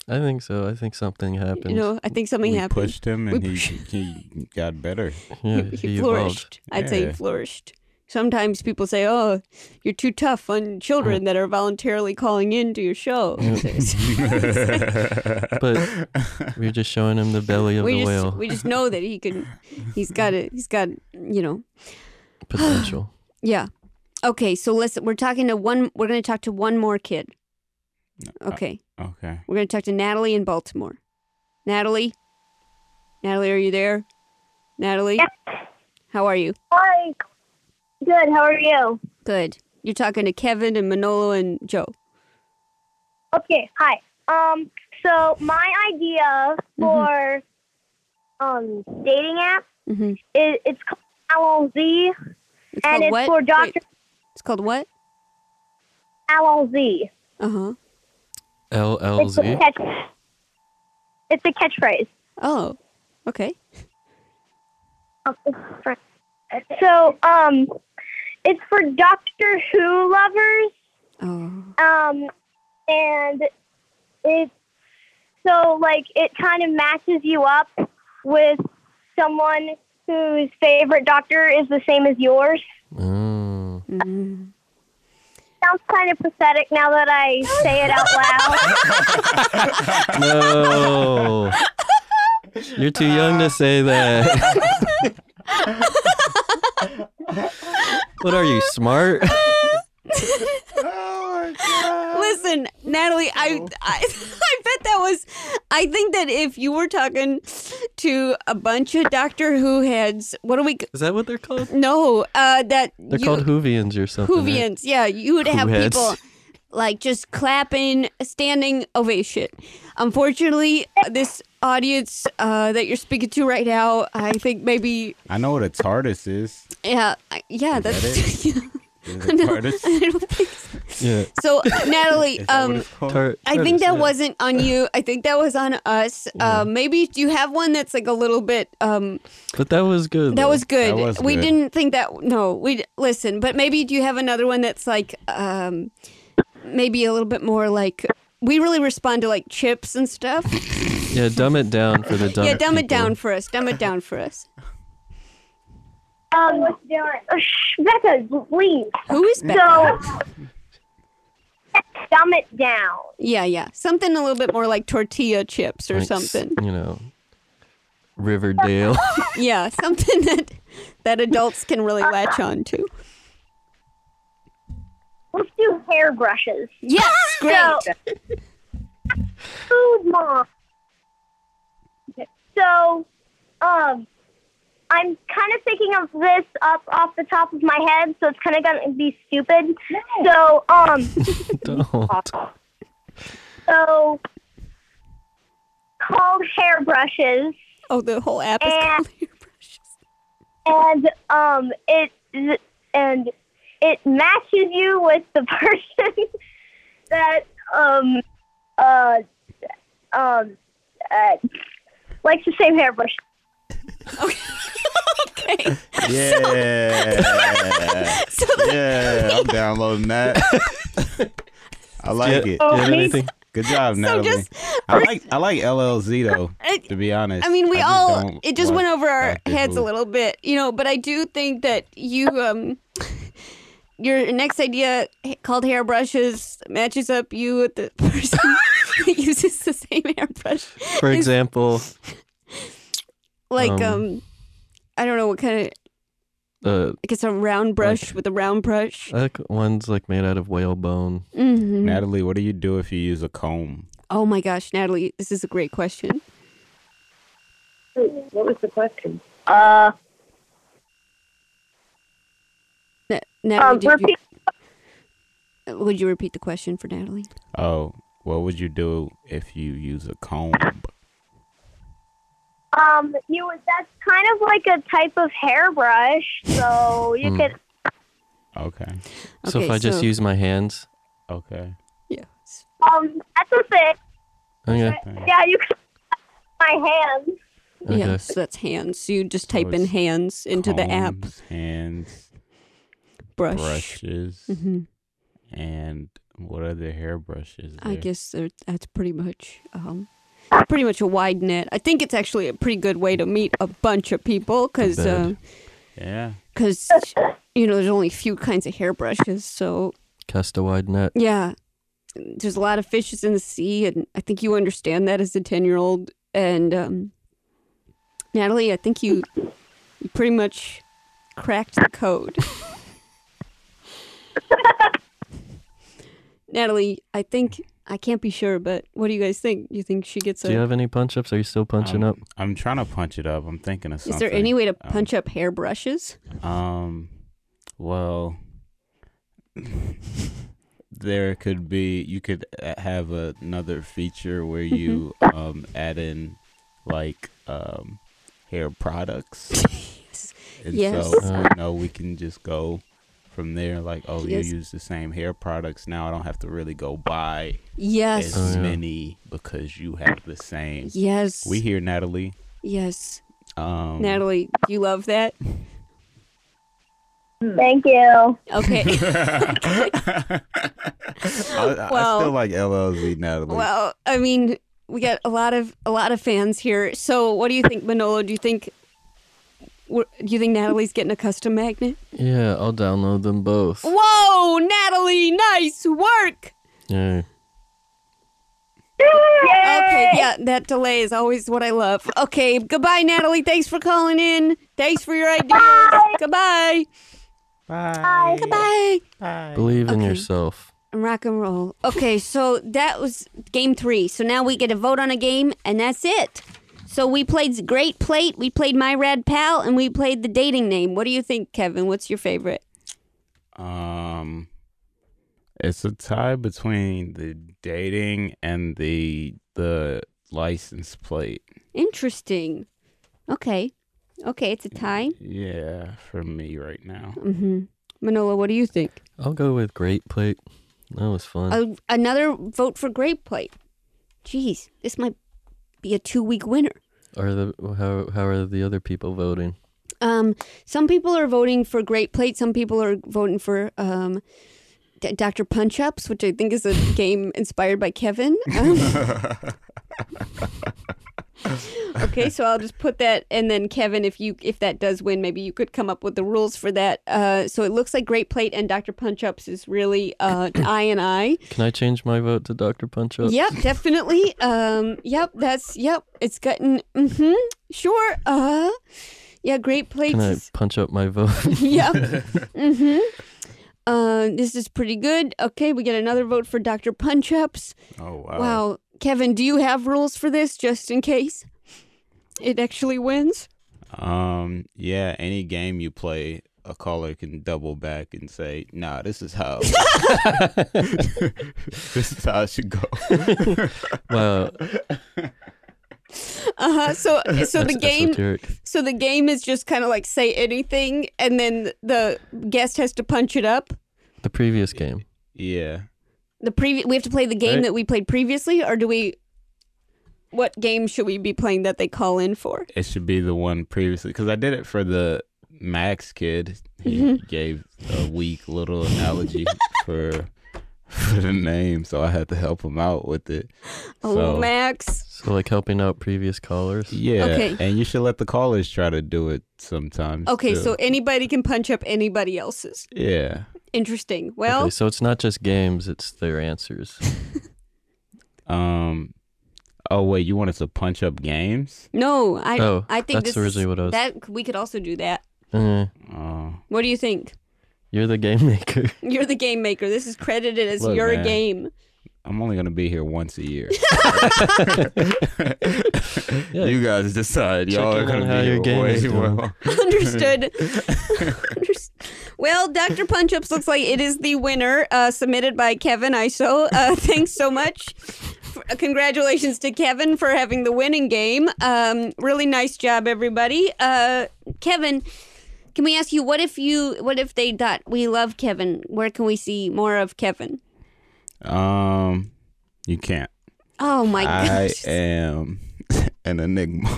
I think so. I think something happened.
You know, I think something
we
happened.
pushed him and he, he got better.
Yeah,
he, flourished. I'd say he flourished. Sometimes people say, "Oh, you're too tough on children that are voluntarily calling in to your show."
but we're just showing him the belly of
we
the
just
whale
we just know that he can. He's got it. He's got you know.
potential.
Yeah. Okay, so listen, we're talking to one we're going to talk to one more kid. Okay.
Okay.
We're going to talk to Natalie in Baltimore. Natalie? Natalie, are you there? Natalie? How are you?
Hi. Good. How are you?
Good. You're talking to Kevin and Manolo and Joe.
Okay. Hi. Um. So my idea
Mm-hmm.
for um dating app
Mhm.
is it's called Allons-y,
called
and it's
what?
for doctor
It's called what?
Allons-y.
Uh-huh.
It's a
LLZ.
catch. It's a catchphrase.
Oh. Okay.
Oh, So um, it's for Doctor Who lovers.
Oh.
Um, and it so like it kind of matches you up with someone whose favorite doctor is the same as yours. Mm-hmm.
Oh.
Sounds kind of pathetic now that I say it out loud.
No. You're too young to say that. what are you, smart?
Listen, Natalie, I, I I bet that was I think that if you were talking to a bunch of Doctor Who heads, what do we
Is that what they're called?
No, uh that
They're
you,
called Hoovians or something. right?
Hoovians. Yeah, you would have
Whoheads.
people like just clapping, standing ovation. Unfortunately, this audience uh, that you're speaking to right now, I think maybe
I know what a TARDIS is.
yeah, I- yeah, that's
it? Is it
No,
TARDIS?
I don't think so.
Yeah.
So, Natalie,
Is that what
um,
it's called?
I think that wasn't on you. I think that was on us. Uh, maybe do you have one that's like a little bit. Um,
But that was good.
that
though.
was good. we didn't think that. No, we listen. But maybe do you have another one that's like, um, maybe a little bit more like we really respond to like chips and stuff.
Yeah, dumb it down for the dumb.
yeah, dumb it
people.
down for us. Dumb it down for us.
um, what's doing? Becca, leave.
Who is
Becca? So, dumb it down.
Yeah, yeah, something a little bit more like tortilla chips
Like,
or
s-
something.
You know, Riverdale.
yeah, something that that adults can really latch on to.
Let's do hair brushes.
Yes, great.
food mom. So, um, I'm kind of thinking of this up off the top of my head, so it's kind of gonna be stupid. So, um,
Don't.
so called hairbrushes.
Oh, the whole app
is called hairbrushes. And um, it and it matches you with the person that um uh um uh, likes the same hairbrush.
okay.
Yeah. yeah, I'm downloading that. I like
Do you-
it.
do you have anything?
Good job, Natalie.
just-
I like I like LLZ though. To be honest,
I mean, we
just
all
don't
it just
like-
went over our
active
heads a
voice.
little bit, you know. But I do think that you um, your next idea h- called hairbrushes matches up you with the person that uses the same hairbrush.
For example,
Like um,
um,
I don't know what kind of
uh,
like it's a round brush with a round brush.
I like one's like made out of whalebone.
Mhm.
Natalie, what do you do if you use a comb?
Oh my gosh, Natalie, this is a great question.
What was the question?
Uh,
Na- Natalie,
Um,
did
repeat-
you, would you repeat the question for Natalie?
Oh, what would you do if you use a comb?
Um, you would- that's kind of like a type of hairbrush, so you
Hmm.
could.
Okay.
so if
Okay,
I just
so-
use my hands,
okay,
Um, that's a thing.
okay,
Yeah, you could. My hands.
Okay.
Yeah, so that's hands. So you just type in
it's
hands into the app.
Combs, hands,
Brush.
brushes,
Mhm.
and what other hairbrushes?
I guess there- that's pretty much um, pretty much a wide net. I think it's actually a pretty good way to meet a bunch of people because
bet. Yeah.
because you know there's only a few kinds of hairbrushes. So
cast a wide net.
yeah, there's a lot of fishes in the sea, and I think you understand that as a ten year old. And um, Natalie, I think you you pretty much cracked the code. Natalie, I think I can't be sure, but what do you guys think? Do you think she gets a?
Do you have any punch ups? Are you still punching
I'm,
up?
Um, I'm trying to punch it up. I'm thinking of something.
Is there any way to punch up hairbrushes?
Um, well, there could be. You could a- have another feature where you
Mm-hmm.
um add in like um hair products. And
Yes.
so you know we can just go from there. Like, oh,
Yes.
you use the same hair products now. I don't have to really go buy
Yes.
as
Oh, yeah.
many because you have the same.
Yes.
we here, Natalie.
Yes,
Um,
Natalie, you love that.
Thank you.
Okay.
I, I
Well-
still like LLZ Natalie.
Well, I mean, we got a lot of a lot of fans here. So, what do you think, Manolo? Do you think wh- do you think Natalie's getting a custom magnet?
Yeah, I'll download them both.
Whoa, Natalie, nice work.
Yeah.
Okay, yeah, that delay is always what I love. Okay, goodbye, Natalie. Thanks for calling in. Thanks for your ideas. Goodbye.
Bye.
Goodbye.
Believe in yourself.
And rock and roll. Okay, so that was game three. So now we get a vote on a game, and that's it. So we played Great Plate, we played My Rad Pal, and we played the dating name. What do you think, Kevin? What's your favorite?
Um, it's a tie between the dating and the the license plate.
Interesting. Okay. Okay, it's a tie.
Yeah, for me right now.
hmm Manolo, what do you think?
I'll go with Great Plate. That was fun.
A, another vote for Great Plate. Jeez, this might be a two week winner.
Are the how how are the other people voting?
Um, some people are voting for Great Plate. Some people are voting for um, D- Dr. Punch Ups, which I think is a game inspired by Kevin. Um, okay, so I'll just put that, and then Kevin, if you if that does win, maybe you could come up with the rules for that. Uh, so it looks like Great Plate and Dr. Punch Ups is really uh, I and I.
Can I change my vote to Doctor Punch Up?
Yep, definitely. Um, yep, that's yep. It's gotten. Mm-hmm, sure. Uh, yeah, Great Plate.
Can I punch up my vote?
yep. Mm-hmm. Uh, this is pretty good. Okay, we get another vote for Dr. Punch Ups.
Oh
Wow. Kevin, do you have rules for this just in case it actually wins?
Um, yeah, any game you play, a caller can double back and say, "Nah, this is how. this is how it should go."
wow.
Uh-huh. So so the
That's
game
esoteric.
so the game is just kind of like say anything and then the guest has to punch it up.
The previous game.
Yeah.
The previ- we have to play the game
Right.
that we played previously or do we what game should we be playing that they call in for?
It should be the one previously because I did it for the Max kid.
Mm-hmm.
He gave a weak little analogy for for the name, so I had to help him out with it.
Oh, Max.
So like helping out previous callers.
Yeah,
Okay.
and you should let the callers try to do it sometimes.
Okay,
too.
so anybody can punch up anybody else's.
yeah,
Interesting. Well,
Okay, so it's not just games; it's their answers.
um, oh wait, you wanted to punch up games?
no, I
Oh,
I think
that's
this is-
originally what I was- Oh.
that we could also do that.
Uh,
What do you think?
you're the game maker.
You're the game maker. This is credited as
Look,
your
man.
game.
I'm only gonna be here once a year. You guys decide. Y'all
Check
are
in
gonna
on how
be
your
here
game
way
is doing.
more.
Understood. Underst- well, Dr. Punch Ups looks like it is the winner, uh, submitted by Kevin ISO. Uh, thanks so much. F- uh, Congratulations to Kevin for having the winning game. Um, really nice job, everybody. Uh, Kevin, can we ask you what if you what if they thought we love Kevin? Where can we see more of Kevin?
Um, you can't.
Oh my
I
gosh!
am an enigma.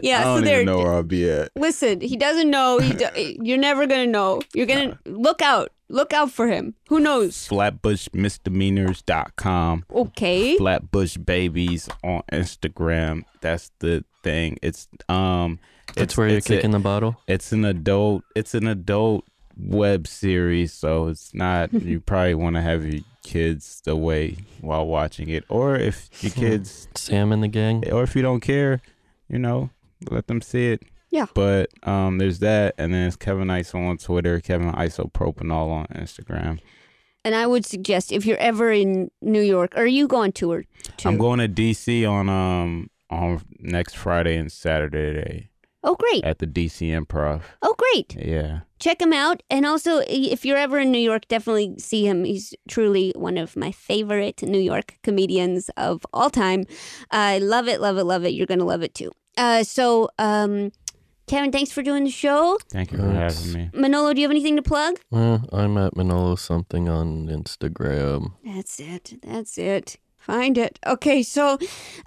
Yeah,
I
so
don't
there-
even know where I'll be at.
Listen, he doesn't know. He do- you're never gonna know. You're gonna look out. Look out for him. Who knows?
Flatbushmisdemeanors.com.
Okay.
Flatbush babies on Instagram. That's the thing. It's um.
That's where you're kicking the bottle.
It's an adult. It's an adult web series, so it's not. you probably want to have your kids away while watching it, or if your kids
Hmm. Sam and the gang,
or if you don't care, you know, let them see it.
Yeah.
But um, there's that, and then it's Kevin ISO on Twitter, Kevin Isopropanol on Instagram.
And I would suggest if you're ever in New York, or you go on tour too.
I'm going to DC on um on next Friday and Saturday.
Oh, great.
At the DC Improv.
oh, great.
Yeah.
Check him out. And also, i- if you're ever in New York, definitely see him. He's truly one of my favorite New York comedians of all time. I love it, love it, love it. You're going to love it too. Uh, so, um, Kevin, thanks for doing the show.
Thank you for having me.
Manolo, do you have anything to plug?
Uh, I'm at Manolo something on Instagram.
That's it. That's it. Find it. Okay, so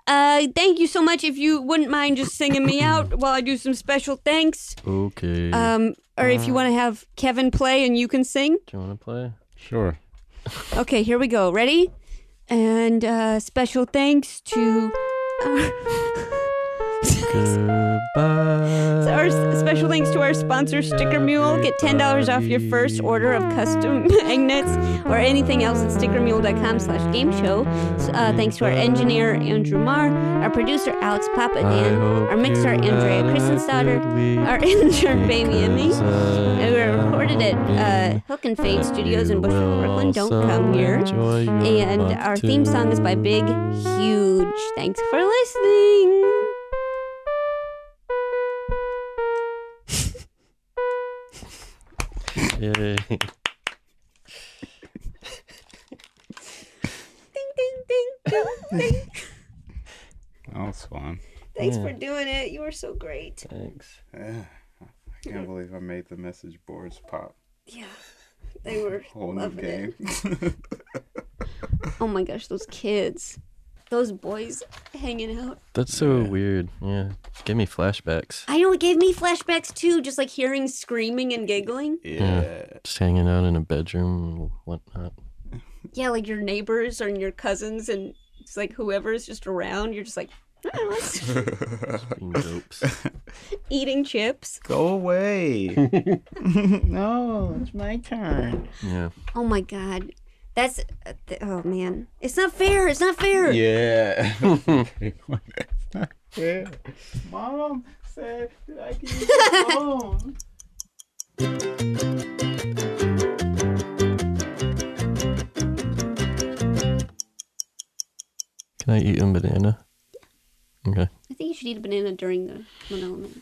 uh, thank you so much. If you wouldn't mind just singing me out while I do some special thanks.
Okay.
Um, or if you want to have Kevin play and you can sing.
Do you want to play?
Sure.
Okay, here we go. Ready? And uh, special thanks to uh,
Goodbye.
our special thanks to our sponsor, Sticker Mule. Get ten dollars off your first order of custom magnets or anything else at stickermule.com/game-show. Uh, thanks to our engineer Andrew Marr, our producer Alex Papadan, our mixer Andrea Christenstadter, our intern Baby and me. And we recorded at uh, Hook and Fade Studios in Bushwick, Brooklyn. Don't come here. And our theme song is by Big Huge. Thanks for listening.
Yay.
That was Oh, fun.
Thanks for doing it. You were so great.
Thanks.
I can't believe I made the message boards pop.
Yeah. They were
Whole new
loving it.
game.
Oh my gosh, those kids. Those boys hanging out.
That's so weird. Yeah. Give me flashbacks.
I know it gave me flashbacks too, just like hearing screaming and giggling.
Just hanging out in a bedroom and whatnot.
Yeah, like your neighbors and your cousins and it's like whoever's just around, you're just like
Being dopes.
eating chips.
Go away. no, it's my turn.
Yeah.
Oh my god. That's uh, th- oh man. It's not fair. It's not fair.
Yeah.
Yeah. Mom said that I can use
the
phone.
Can I eat a banana? Okay.
I think you should eat a banana during the Manila minute.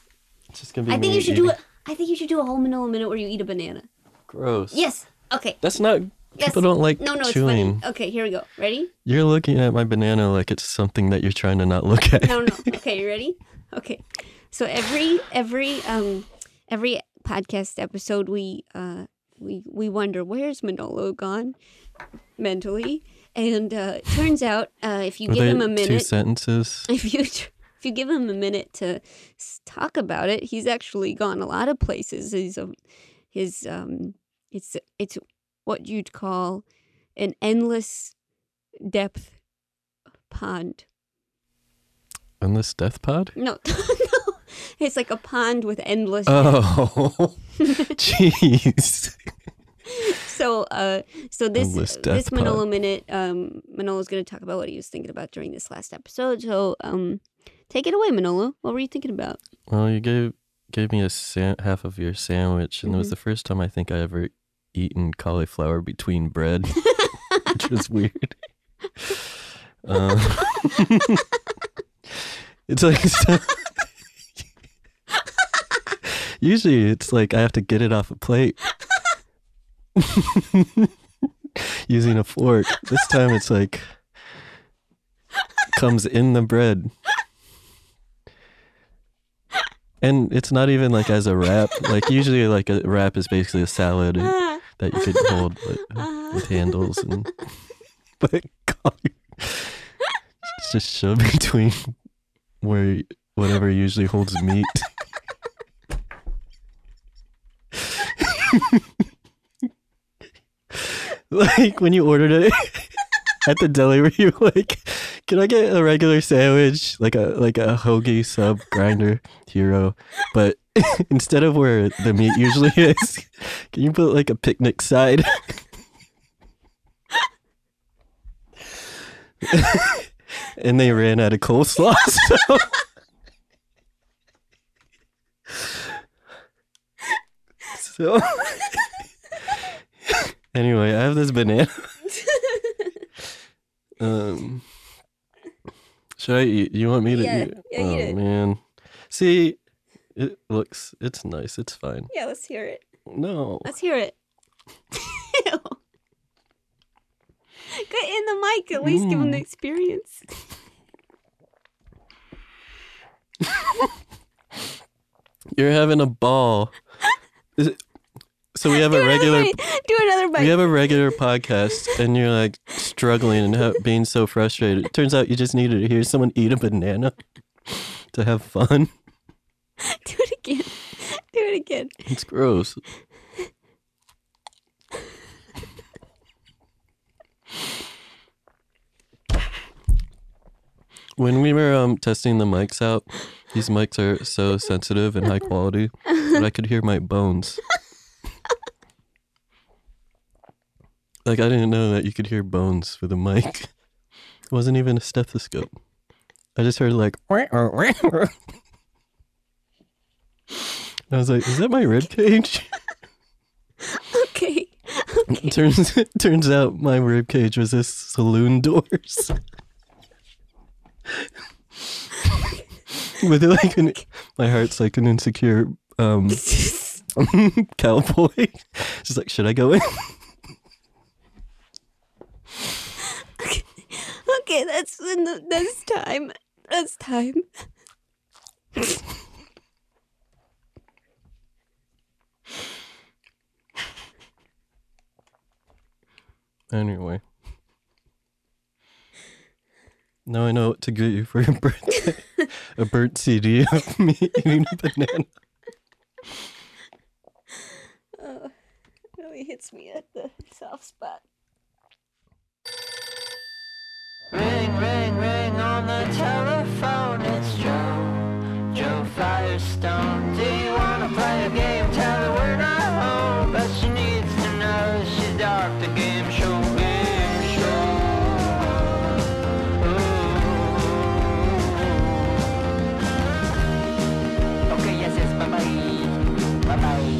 It's just gonna be
I think
me
you should do
eating-
a I think you should do a whole Manila minute where you eat a banana.
Gross.
Yes. Okay.
That's not.
Yes.
People don't like
no, no,
chewing.
It's funny. Okay, here we go. Ready?
You're looking at my banana like it's something that you're trying to not look at.
No, no. Okay, you ready? Okay. So every every um every podcast episode we uh we we wonder where's Manolo gone mentally, and uh, turns out uh, if you
Are
give
they
him a
two
minute,
sentences?
if you tr- if you give him a minute to s- talk about it, he's actually gone a lot of places. He's a, his um, it's it's what you'd call an endless depth pond.
Endless death pod?
No, no, it's like a pond with endless.
Oh, jeez.
So, uh, so this
Endless death
this Manolo
pod.
minute, um, Manolo's going to talk about what he was thinking about during this last episode. So, um, take it away, Manolo. What were you thinking about?
Well, you gave gave me a sa- half of your sandwich, and it was
Mhm.
the first time I think I ever eaten cauliflower between bread, which was weird. Um, it's like so- usually it's like I have to get it off a plate using a fork. This time it's like comes in the bread. And it's not even like as a wrap. Like usually, like a wrap is basically a salad and- that you could hold but, with handles, and but God, it's just shoved between where whatever usually holds meat. like when you ordered it at the deli, were you like, "Can I get a regular sandwich, like a like a hoagie sub grinder hero?" But instead of where the meat usually is, can you put like a picnic side? and they ran out of coleslaw. So. so anyway, I have this banana. Um, should I eat? You want me to
Yeah,
eat?
yeah,
oh
eat it.
man, see, it looks it's nice. It's fine.
Yeah, let's hear it.
No,
Let's hear it. Get in the mic. At least give him the
Mm.
experience.
you're having a ball. Is it- so we have a regular.
Do another bite.
We have a regular podcast, and you're like struggling and ha- being so frustrated. It turns out you just needed to hear someone eat a banana to have fun.
Do it again. Do it again.
It's gross. When we were um, testing the mics out, these mics are so sensitive and high quality that I could hear my bones. Like I didn't know that you could hear bones with a mic. It wasn't even a stethoscope. I just heard like and I was like, is that my rib cage?
Okay.
It turns it turns out my rib cage was this saloon doors. With like an, my heart's like an insecure um cowboy. Just like, should I go in?
Okay, that's enough. That's time. That's time.
Anyway. Now I know what to get you for your birthday. a burnt CD of me eating a banana.
Oh, really hits me at the soft spot.
Ring, ring, ring on the telephone. It's Joe, Joe Firestone. Do you wanna play a game? Tell her we're not home, but she needs to know she's off the game show. Game show. Ooh. Okay, yes, yes, bye bye, bye bye.